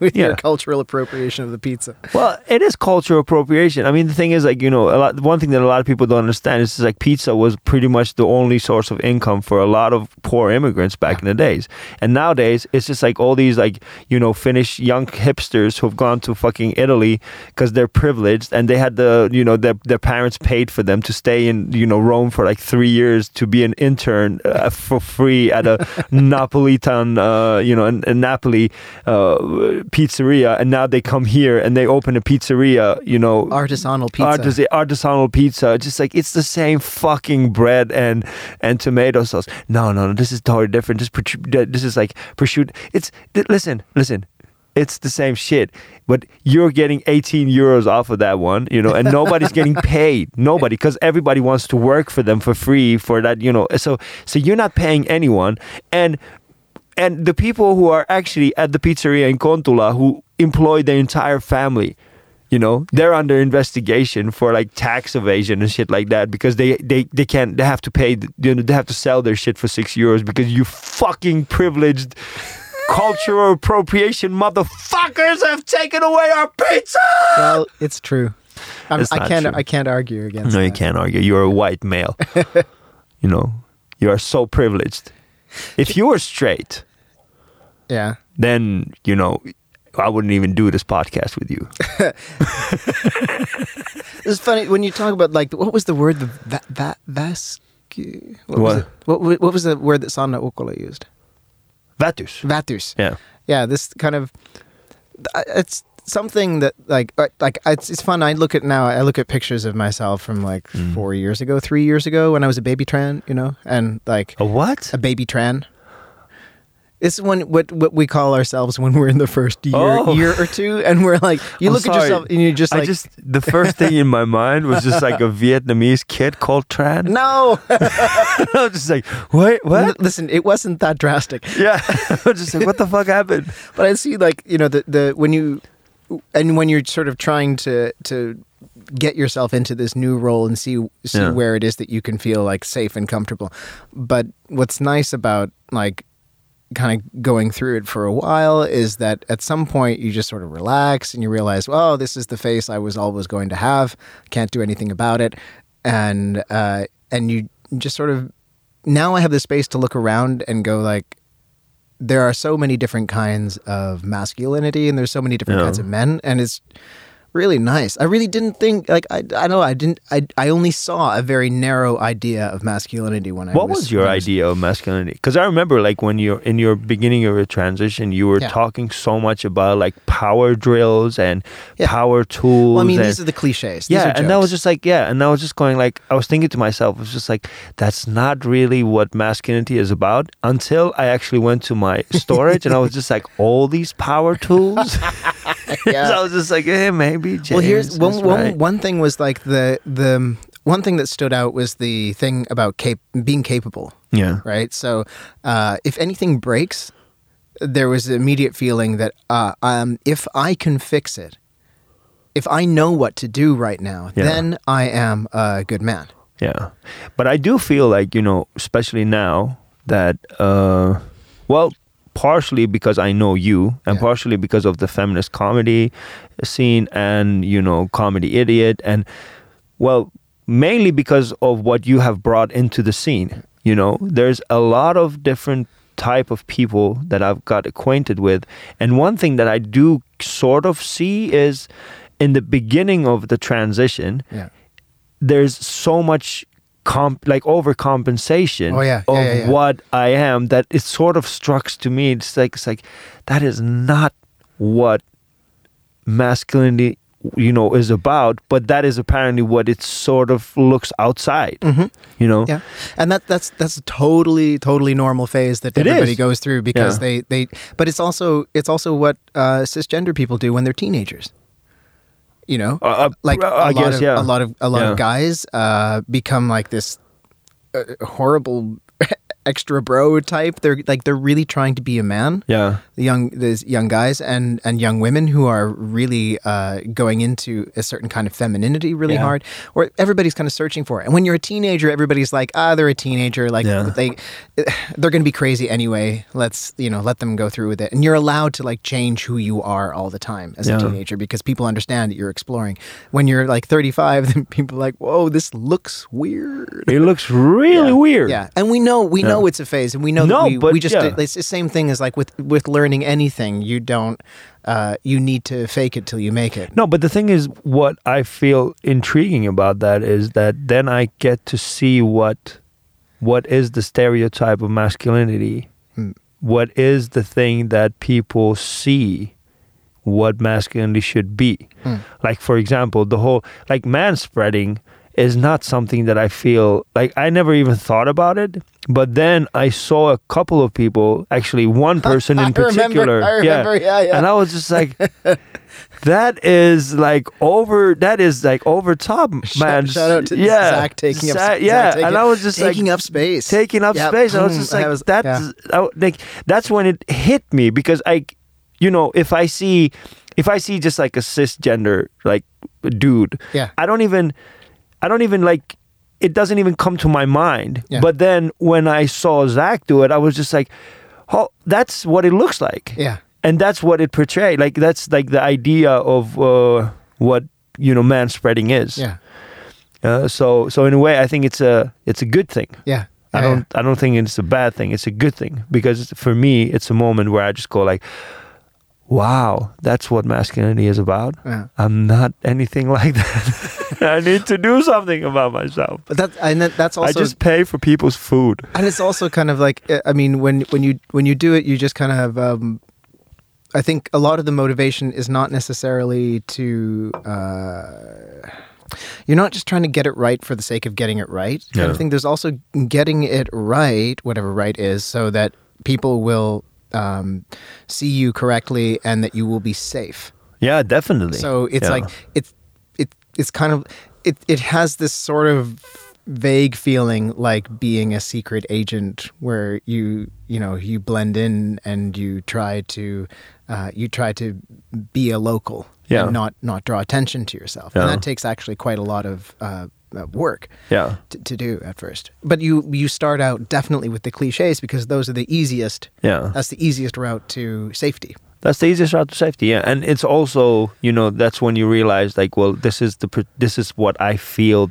B: With your
A: Yeah.
B: cultural appropriation of the pizza.
A: Well, it is cultural appropriation. I mean, the thing is, like you know, a lot, one thing that a lot of people don't understand is like pizza was pretty much the only source of income for a lot of poor immigrants back in the days. And nowadays, it's just like all these like you know Finnish young hipsters who've gone to fucking Italy because they're privileged and they had the you know their their parents paid for them to stay in you know Rome for like three years to be an intern uh, for free at a Napolitan uh, you know in, in Napoli uh, pizzeria, and now they come here and they open a pizzeria, you know,
B: Artisanal pizza.
A: artis- artisanal pizza. Just like it's the same fucking bread and and tomato sauce. No, no, no. This is totally different. This prosci- this is like prosciutto. It's th- listen, listen. It's the same shit, but you're getting 18 euros off of that one, you know, and nobody's getting paid. Nobody, because everybody wants to work for them for free for that, you know. So, so you're not paying anyone, and and the people who are actually at the pizzeria in Kontula who employ their entire family, you know, they're under investigation for like tax evasion and shit like that because they they they can't they have to pay you know they have to sell their shit for six euros because you fucking privileged. Cultural appropriation motherfuckers have taken away our pizza.
B: well, it's true. I'm,
A: It's
B: I
A: not
B: can't
A: true.
B: I can't argue against
A: No, you
B: that.
A: can't argue. You're a white male. you know, you are so privileged. If you were straight,
B: Yeah.
A: then you know I wouldn't even do this podcast with you.
B: It's funny when you talk about like what was the word the that that vas what, was
A: What?
B: it? What, wa- what was the word that Sanna Ukola used?
A: Vatus.
B: Vatus.
A: Yeah.
B: Yeah, this kind of I- it's something that like I- like it's, it's fun. I look at now. I look at pictures of myself from like
A: Mm.
B: four years ago, three years ago when I was a baby tran, you know, and like
A: A what?
B: a baby tran. This is when what what we call ourselves when we're in the first year
A: Oh.
B: year or two, and we're like you
A: I'm
B: look at
A: sorry.
B: yourself and you're just
A: I
B: like
A: just the first thing in my mind was just like a Vietnamese kid called Tran.
B: no.
A: I was just like, wait,
B: L-
A: what?
B: Listen, it wasn't that drastic.
A: yeah. I was just like, what the fuck happened?
B: but I see like you know the the when you and when you're sort of trying to to get yourself into this new role and see see
A: Yeah.
B: where it is that you can feel like safe and comfortable. But what's nice about like kind of going through it for a while is that at some point you just sort of relax and you realize, oh, this is the face I was always going to have. Can't do anything about it, and uh, and you just sort of now I have the space to look around and go like, there are so many different kinds of masculinity and there's so many different
A: Yeah.
B: kinds of men and it's really nice i really didn't think like i, I know i didn't I, I only saw a very narrow idea of masculinity when i
A: What was your
B: when I
A: idea of masculinity? Because I remember, like, when you're in your beginning of your transition, you were
B: Yeah.
A: talking so much about like power drills and
B: Yeah.
A: power tools.
B: well i mean
A: and-
B: these are the cliches
A: yeah,
B: these are
A: and that was
B: jokes.
A: just like yeah, and I was just going like I was thinking to myself, I was just like that's not really what masculinity is about until I actually went to my storage and I was just like all these power tools.
B: Yeah.
A: so I was just like, eh, maybe. James,
B: well here's one,
A: is
B: one,
A: right.
B: one thing was like the the one thing that stood out was the thing about cap- being capable
A: Yeah.
B: right? So uh, if anything breaks, there was the immediate feeling that uh, um, if I can fix it, if I know what to do right now,
A: Yeah.
B: then I am a good man.
A: Yeah. But I do feel like, you know, especially now that uh well, partially because I know you, and
B: Yeah.
A: partially because of the feminist comedy scene, and you know, comedy idiot, and well, mainly because of what you have brought into the scene. You know, there's a lot of different type of people that I've got acquainted with, and one thing that I do sort of see is in the beginning of the transition
B: Yeah.
A: there's so much comp like overcompensation
B: Oh, yeah. Yeah,
A: of
B: yeah, yeah.
A: what I am that it sort of strucks to me. It's like it's like that is not what masculinity you know is about, but that is apparently what it sort of looks outside. You know?
B: Mm-hmm. Yeah, and that that's that's a totally totally normal phase that
A: It
B: everybody
A: is.
B: goes through because
A: Yeah.
B: they they. But it's also it's also what uh, cisgender people do when they're teenagers. You know,
A: Uh, uh,
B: like
A: uh, I
B: a lot
A: guess,
B: of,
A: yeah.
B: a lot of a lot
A: Yeah.
B: of guys uh, become like this uh, horrible extra bro type. They're like they're really trying to be a man
A: Yeah.
B: the young these young guys and and young women who are really uh, going into a certain kind of femininity really
A: Yeah.
B: hard or everybody's kind of searching for it and when you're a teenager everybody's like ah they're a teenager like
A: Yeah.
B: they they're gonna be crazy anyway let's you know let them go through with it and you're allowed to like change who you are all the time as
A: Yeah.
B: a teenager because people understand that you're exploring when you're like 35 then people are like whoa this looks weird
A: It looks really weird.
B: yeah, and we know we know it's a phase, and we know
A: No,
B: that we,
A: but
B: we just
A: yeah.
B: it's the same thing as like with with learning anything. You don't uh, you need to fake it till you make it.
A: No, but the thing is, what I feel intriguing about that is that then I get to see what what is the stereotype of masculinity,
B: Hmm.
A: what is the thing that people see what masculinity should be.
B: Hmm.
A: Like for example, the whole like man spreading is not something that I feel like I never even thought about it. But then I saw a couple of people, actually one person
B: I
A: in
B: remember- I
A: particular.
B: remember, yeah, yeah.
A: And I was just like, that is like over. That is like over top, man.
B: Shout, shout out to
A: yeah,
B: Zach taking up
A: Zach-
B: Zach
A: Yeah,
B: taking-
A: and I was just
B: taking
A: like
B: up space,
A: taking up
B: Yep.
A: space. I was just
B: Mm,
A: like,
B: I was-
A: that's
B: yeah.
A: I- like that's when it hit me because I, you know, if I see, if I see just like a cisgender like dude,
B: Yeah.
A: I don't even, I don't even like. It doesn't even come to my mind.
B: Yeah.
A: But then when I saw Zach do it, I was just like, "Oh, that's what it looks like."
B: Yeah.
A: and that's what it portrayed. Like that's like the idea of uh, what you know, man spreading is.
B: yeah,
A: Uh, so, so in a way, I think it's a it's a good thing.
B: yeah.
A: I
B: yeah,
A: don't I don't think it's a bad thing. It's a good thing because for me it's a moment where I just go like wow, that's what masculinity is about.
B: Yeah.
A: I'm not anything like that. I need to do something about myself.
B: But that and that, that's also
A: I just pay for people's food.
B: and it's also kind of like uh, I mean when when you when you do it you just kind of um, I think a lot of the motivation is not necessarily to uh, you're not just trying to get it right for the sake of getting it right kind
A: Yeah.
B: of thing there's also getting it right whatever right is so that people will um, see you correctly and that you will be safe
A: Yeah, definitely.
B: so it's
A: Yeah.
B: like it's it it's kind of it it has this sort of vague feeling like being a secret agent where you you know you blend in and you try to uh, you try to be a local
A: Yeah.
B: and not not draw attention to yourself
A: Yeah.
B: and that takes actually quite a lot of uh, uh, work
A: Yeah.
B: to, to do at first but you you start out definitely with the cliches because those are the easiest
A: Yeah.
B: that's the easiest route to safety
A: That's the easiest route to safety, yeah. And it's also, you know, that's when you realize, like, well, this is the pr- this is what I feel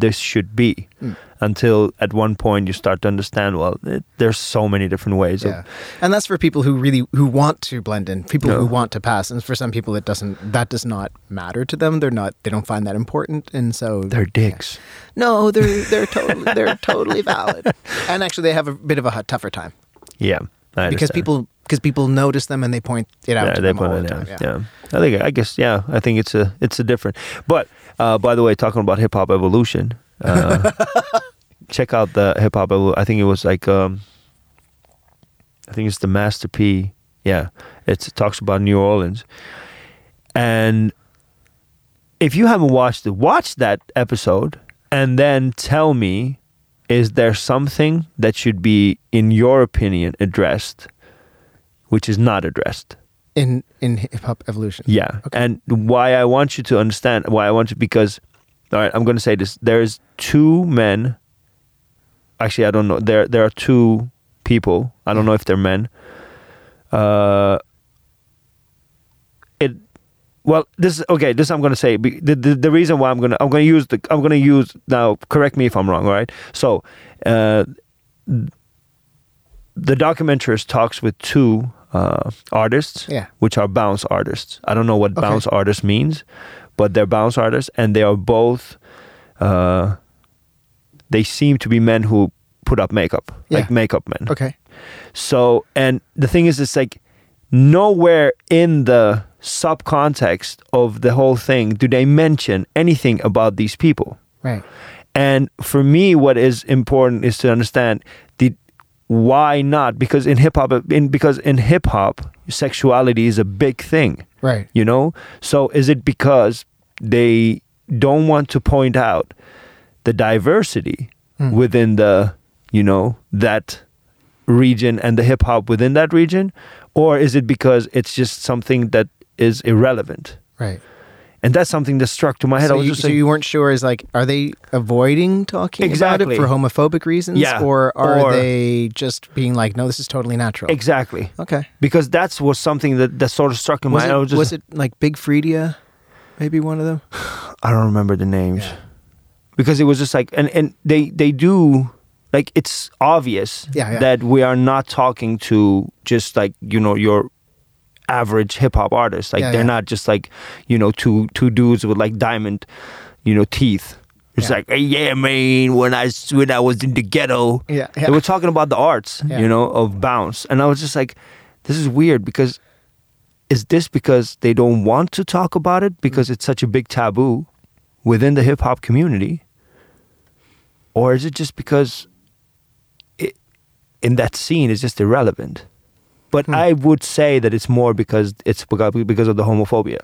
A: this should be.
B: Hmm.
A: Until at one point you start to understand, well, it, there's so many different ways.
B: Yeah,
A: Of,
B: and that's for people who really who want to blend in, people
A: Yeah.
B: who want to pass, and for some people it doesn't. That does not matter to them. They're not. They don't find that important, and so
A: they're dicks.
B: no, they're they're totally they're totally valid. And actually, they have a bit of a hu- tougher time
A: Yeah, I
B: because
A: understand.
B: people because people notice them and they point it out
A: yeah,
B: to
A: they
B: them
A: put
B: all
A: it
B: the time.
A: out. Yeah. I think I guess yeah. I think it's a it's a different. But uh, by the way, talking about hip hop evolution, uh, check out the hip hop. Evol- I think it was like um, I think it's the Master P. Yeah, it's, it talks about New Orleans, and if you haven't watched it, watch that episode and then tell me is there something that should be, in your opinion, addressed, which is not addressed.
B: In in hip hop evolution.
A: Yeah.
B: Okay.
A: And why I want you to understand why I want you because all right, I'm gonna say this. There's two men actually I don't know. There there are two people. I don't know if they're men Uh, it well, this okay. This I'm gonna say be- the, the the reason why I'm gonna I'm gonna use the I'm gonna use now. Correct me if I'm wrong. All right. So, uh, the documentarist talks with two uh, artists,
B: Yeah.
A: which are bounce artists. I don't know what bounce artist means, but they're bounce artists, and they are both. Uh, they seem to be men who put up makeup,
B: Yeah.
A: like makeup men.
B: Okay.
A: So, and the thing is, it's like nowhere in the subcontext of the whole thing do they mention anything about these people.
B: Right.
A: And for me, what is important is to understand the why not because in hip hop, in because in hip hop, sexuality is a big thing
B: Right.
A: you know so is it because they don't want to point out the diversity
B: Hmm.
A: within the you know that region and the hip hop within that region or is it because it's just something that is irrelevant
B: Right.
A: and that's something that struck to my head i
B: So
A: was
B: you,
A: just
B: so
A: like,
B: you weren't sure is like are they avoiding talking
A: Exactly.
B: about it for homophobic reasons
A: Yeah.
B: or are
A: Or-
B: they just being like no this is totally natural.
A: exactly
B: okay.
A: because that's was something that, that sort of struck in my
B: Was
A: head
B: it,
A: I, was just,
B: was it like Big Freedia? Maybe one of them.
A: I don't remember the names
B: Yeah.
A: because it was just like and and they they do like it's obvious
B: Yeah, yeah.
A: that we are not talking to just like you know your average hip hop artist like
B: Yeah,
A: they're
B: yeah.
A: not just like you know two two dudes with like diamond you know teeth it's
B: Yeah.
A: like hey, yeah man when I s- when I was in the ghetto
B: Yeah,
A: they
B: yeah.
A: were talking about the arts
B: Yeah.
A: you know of bounce and I was just like this is weird because is this because they don't want to talk about it because it's such a big taboo within the hip hop community? Or is it just because it, in that scene it's just irrelevant? But
B: Hmm.
A: I would say that it's more because it's beca- because of the homophobia.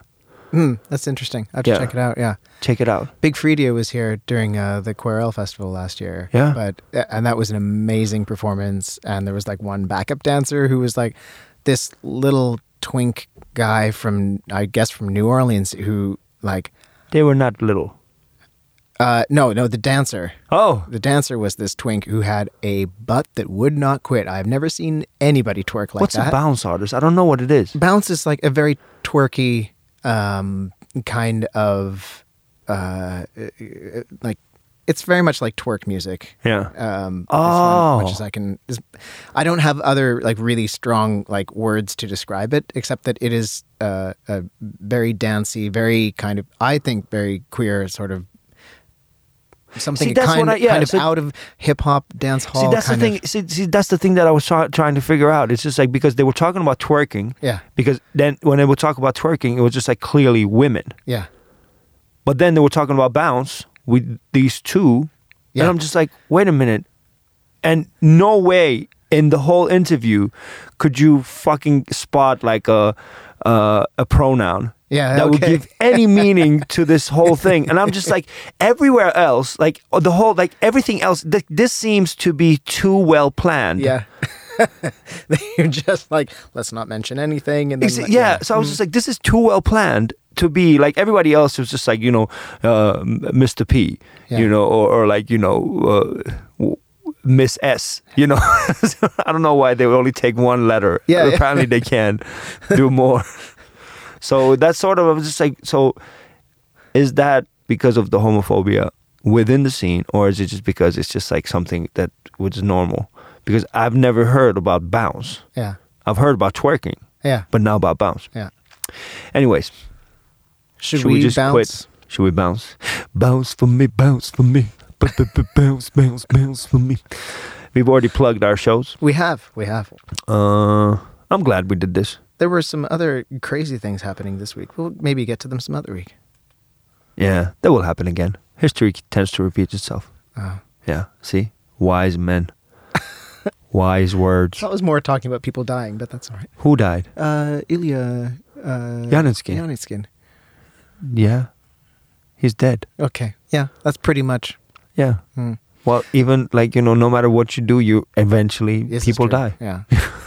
B: Hmm, that's interesting. I have to
A: Yeah.
B: check it out. Yeah.
A: Check it out.
B: Big Freedia was here during uh, the Querelle Festival last year.
A: Yeah.
B: but and that was an amazing performance. And there was like one backup dancer who was like this little twink guy from I guess from New Orleans who like
A: They were not little.
B: uh, no no the dancer
A: Oh,
B: the dancer was this twink who had a butt that would not quit. I've never seen anybody twerk like
A: what's
B: that.
A: a bounce artist? I don't know what it is.
B: Bounce is like a very twerky um, kind of uh, like it's very much like twerk music.
A: Yeah.
B: Um, is
A: Oh.
B: one- which is I can is, I don't have other like really strong like words to describe it except that it is uh, a very dancey, very kind of I think very queer sort of something
A: See, that's
B: kind,
A: what I- yeah,
B: kind of
A: so-
B: out of hip hop dance hall.
A: See, that's the
B: kind
A: thing.
B: Of,
A: See, see, that's the thing that I was try- trying to figure out. It's just like because they were talking about twerking.
B: Yeah.
A: Because then when they would talk about twerking, it was just like clearly women.
B: yeah,
A: But then they were talking about bounce with these two,
B: Yeah.
A: and I'm just like, wait a minute. And no way in the whole interview could you fucking spot like a uh, a pronoun
B: Yeah,
A: that would
B: okay.
A: give any meaning to this whole thing. And I'm just like, everywhere else, like or the whole, like everything else, th- this seems to be too well planned.
B: yeah. They're just like let's not mention anything, and uh, Mm. then
A: Exa- yeah. So I was just like, this is too well planned to be like everybody else was just like, you know, uh, M- Mr. P,
B: Yeah.
A: you know, or, or like, you know, uh, w- Miss S, you know. So I don't know why they would only take one letter.
B: Yeah, yeah.
A: Apparently they can do more. So that's sort of, I was just like, so is that because of the homophobia within the scene or is it just because it's just like something that was normal? Because I've never heard about bounce.
B: yeah,
A: I've heard about twerking,
B: yeah,
A: but now about bounce.
B: yeah.
A: Anyways,
B: Should,
A: should we, just quit? Should we bounce? Bounce for me, bounce for me. B- b- b- bounce, bounce, bounce for me. We've already plugged our shows.
B: We have, we have.
A: Uh, I'm glad we did this.
B: There were some other crazy things happening this week. We'll maybe get to them some other week.
A: Yeah, that will happen again. History tends to repeat itself.
B: Oh.
A: Yeah, see? Wise men. Wise words.
B: That was more talking about people dying, but that's all right.
A: Who died?
B: Uh, Ilya uh,
A: Yanitsky.
B: Yanitskin.
A: Yeah. He's dead.
B: Okay, yeah, that's pretty much.
A: Yeah.
B: Hmm.
A: Well, even like, you know, no matter what you do, you eventually
B: This is
A: people
B: true.
A: die.
B: Yeah.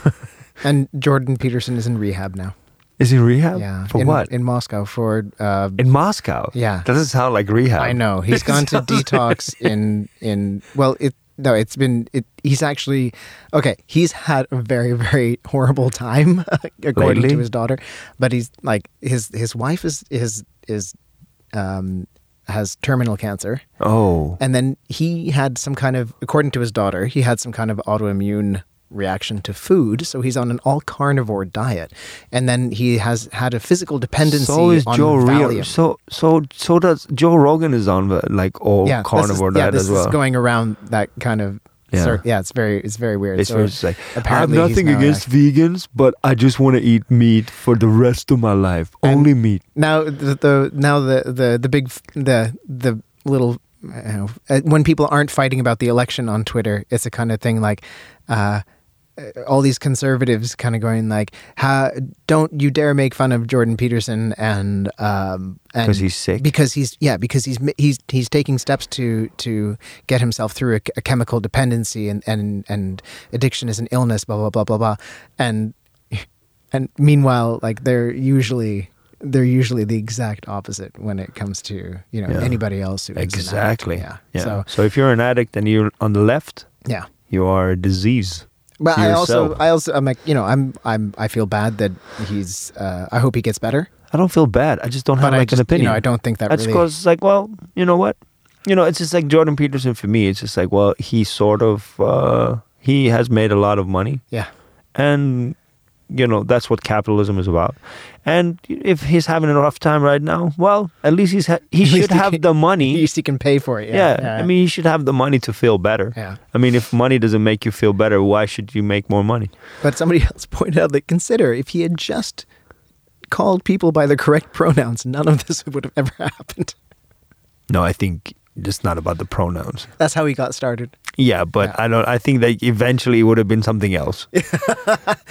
B: and Jordan Peterson is in rehab now.
A: Is he in rehab?
B: Yeah.
A: For
B: in,
A: what?
B: In Moscow for. Uh,
A: In Moscow?
B: Yeah.
A: That doesn't sound like rehab.
B: I know he's gone to detox in in well it no, it's been. It, he's actually okay. He's had a very very horrible time according
A: Lately?
B: to his daughter, but he's like his his wife is is is um has terminal cancer.
A: Oh.
B: And then he had some kind of, according to his daughter, he had some kind of autoimmune reaction to food. So he's on an all carnivore diet. And then he has had a physical dependency
A: So is
B: on
A: Joe
B: Valium.
A: Re- So so so does Joe Rogan is on the, like all
B: yeah,
A: carnivore
B: this is, yeah,
A: diet
B: this
A: as well.
B: is going around that kind of.
A: Yeah.
B: cir- yeah, it's very, it's very weird.
A: it's
B: So
A: very just like I have
B: apparently he's
A: nothing
B: now an
A: against
B: act-
A: vegans, but I just want to eat meat for the rest of my life.
B: And-
A: Only meat.
B: now the, the now the the the big f- the the little I don't know, uh, when people aren't fighting about the election on Twitter, it's a kind of thing like uh, uh, all these conservatives kind of going like, "How don't you dare make fun of Jordan Peterson and um and
A: 'Cause he's sick?
B: because he's yeah because he's ma- he's he's taking steps to to get himself through a, a chemical dependency and and and addiction is an illness blah blah blah blah blah and and meanwhile like they're usually they're usually the exact opposite when it comes to you know
A: Yeah.
B: anybody else who is an addict.
A: Exactly.
B: yeah.
A: yeah.
B: so
A: so if you're an addict and you're on the left,
B: yeah
A: you are a disease.
B: but
A: to
B: I also
A: yourself.
B: I also I'm like you know I'm I'm I feel bad that he's uh, I hope he gets better
A: I don't feel bad. I just don't have
B: but I
A: like
B: just
A: an opinion.
B: you know I don't think that
A: That's
B: really
A: because like, well, you know what? You know, it's just like Jordan Peterson for me. It's just like, well, he sort of uh, he has made a lot of money,
B: yeah
A: and you know that's what capitalism is about. And if he's having a rough time right now, well, at least he's ha- he
B: At least
A: should
B: he
A: have
B: can-
A: the
B: at
A: money.
B: least he can pay for it yeah,
A: Yeah, I mean, he should have the money to feel better.
B: yeah
A: I mean, if money doesn't make you feel better, why should you make more money?
B: But somebody else pointed out that consider if he had just called people by the correct pronouns, none of this would have ever happened.
A: No, I think it's not about the pronouns.
B: That's how he got started.
A: Yeah, but
B: Yeah.
A: I don't. I think that eventually it would have been something else.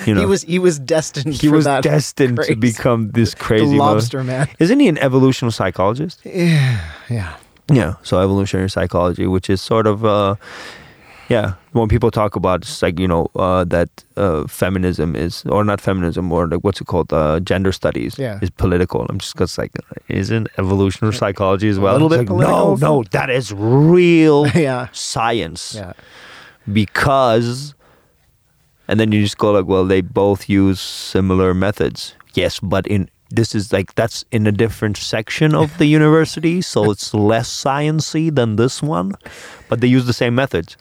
A: you know,
B: he was he was destined.
A: he
B: for
A: was
B: that
A: destined
B: crazy-
A: to become this
B: the
A: crazy mo-
B: lobster man.
A: Isn't he an evolutional psychologist?
B: Yeah, yeah,
A: Yeah, so evolutionary psychology, which is sort of, uh, yeah, when people talk about it's like you know uh, that uh, feminism is, or not feminism, or like what's it called, uh, gender studies
B: Yeah.
A: is political. I'm just cause like, isn't evolutionary psychology as well?
B: little
A: It's
B: bit
A: like, no,
B: political.
A: no, that is real
B: yeah,
A: science
B: yeah.
A: because and then you just go like well they both use similar methods yes but in this is like that's in a different section of the university so it's less sciency than this one but they use the same methods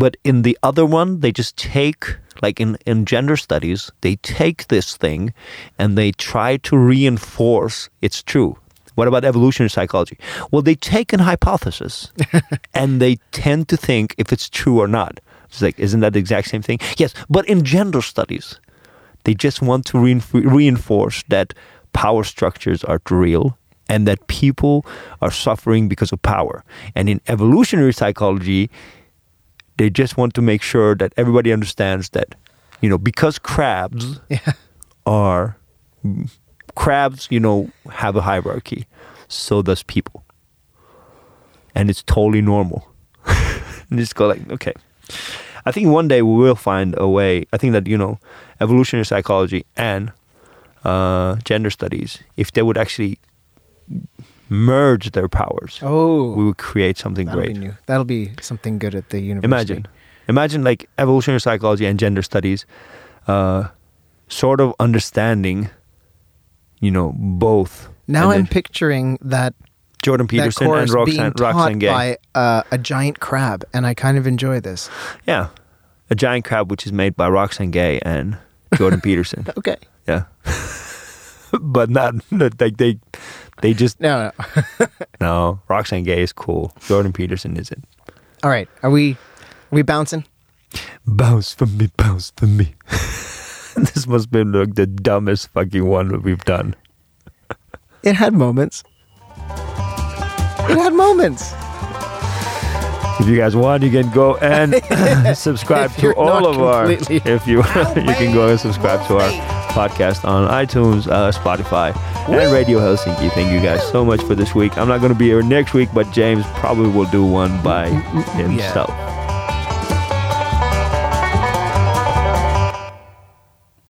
A: but in the other one they just take like in, in gender studies they take this thing and they try to reinforce it's true what about evolutionary psychology well they take an hypothesis and they tend to think if it's true or not it's like isn't that the exact same thing yes but in gender studies they just want to reinf- reinforce that power structures are real and that people are suffering because of power and in evolutionary psychology they just want to make sure that everybody understands that you know because crabs are crabs you know have a hierarchy so does people and it's totally normal and just go like okay i think one day we will find a way i think that you know evolutionary psychology and uh, gender studies if they would actually merge their powers we
B: Oh,
A: would create something
B: that'll
A: great
B: be new. That'll be something good at the university.
A: imagine imagine like evolutionary psychology and gender studies uh, sort of understanding you know both
B: Now
A: And
B: I'm
A: then
B: picturing that
A: jordan peterson
B: that
A: and
B: course
A: roxanne,
B: being taught
A: roxanne gay
B: by uh, a giant crab, and I kind of enjoy this.
A: yeah a giant crab which is made by roxanne gay and jordan peterson
B: Okay.
A: yeah but not not like they they just
B: No, no.
A: no roxanne gay is cool jordan peterson isn't
B: All right. Are we are we bouncing?
A: bounce for me bounce for me this must be like the dumbest fucking one that we've done
B: It had moments. It had moments.
A: If you guys want, you can go and subscribe
B: If
A: to
B: you're
A: all
B: not
A: of our.
B: completely-
A: If you you can go and subscribe to our podcast on iTunes, uh, Spotify, and Radio Helsinki. Thank you guys
B: Mm,
A: so much for this week. I'm not going to be here next week, but James probably will do one by himself.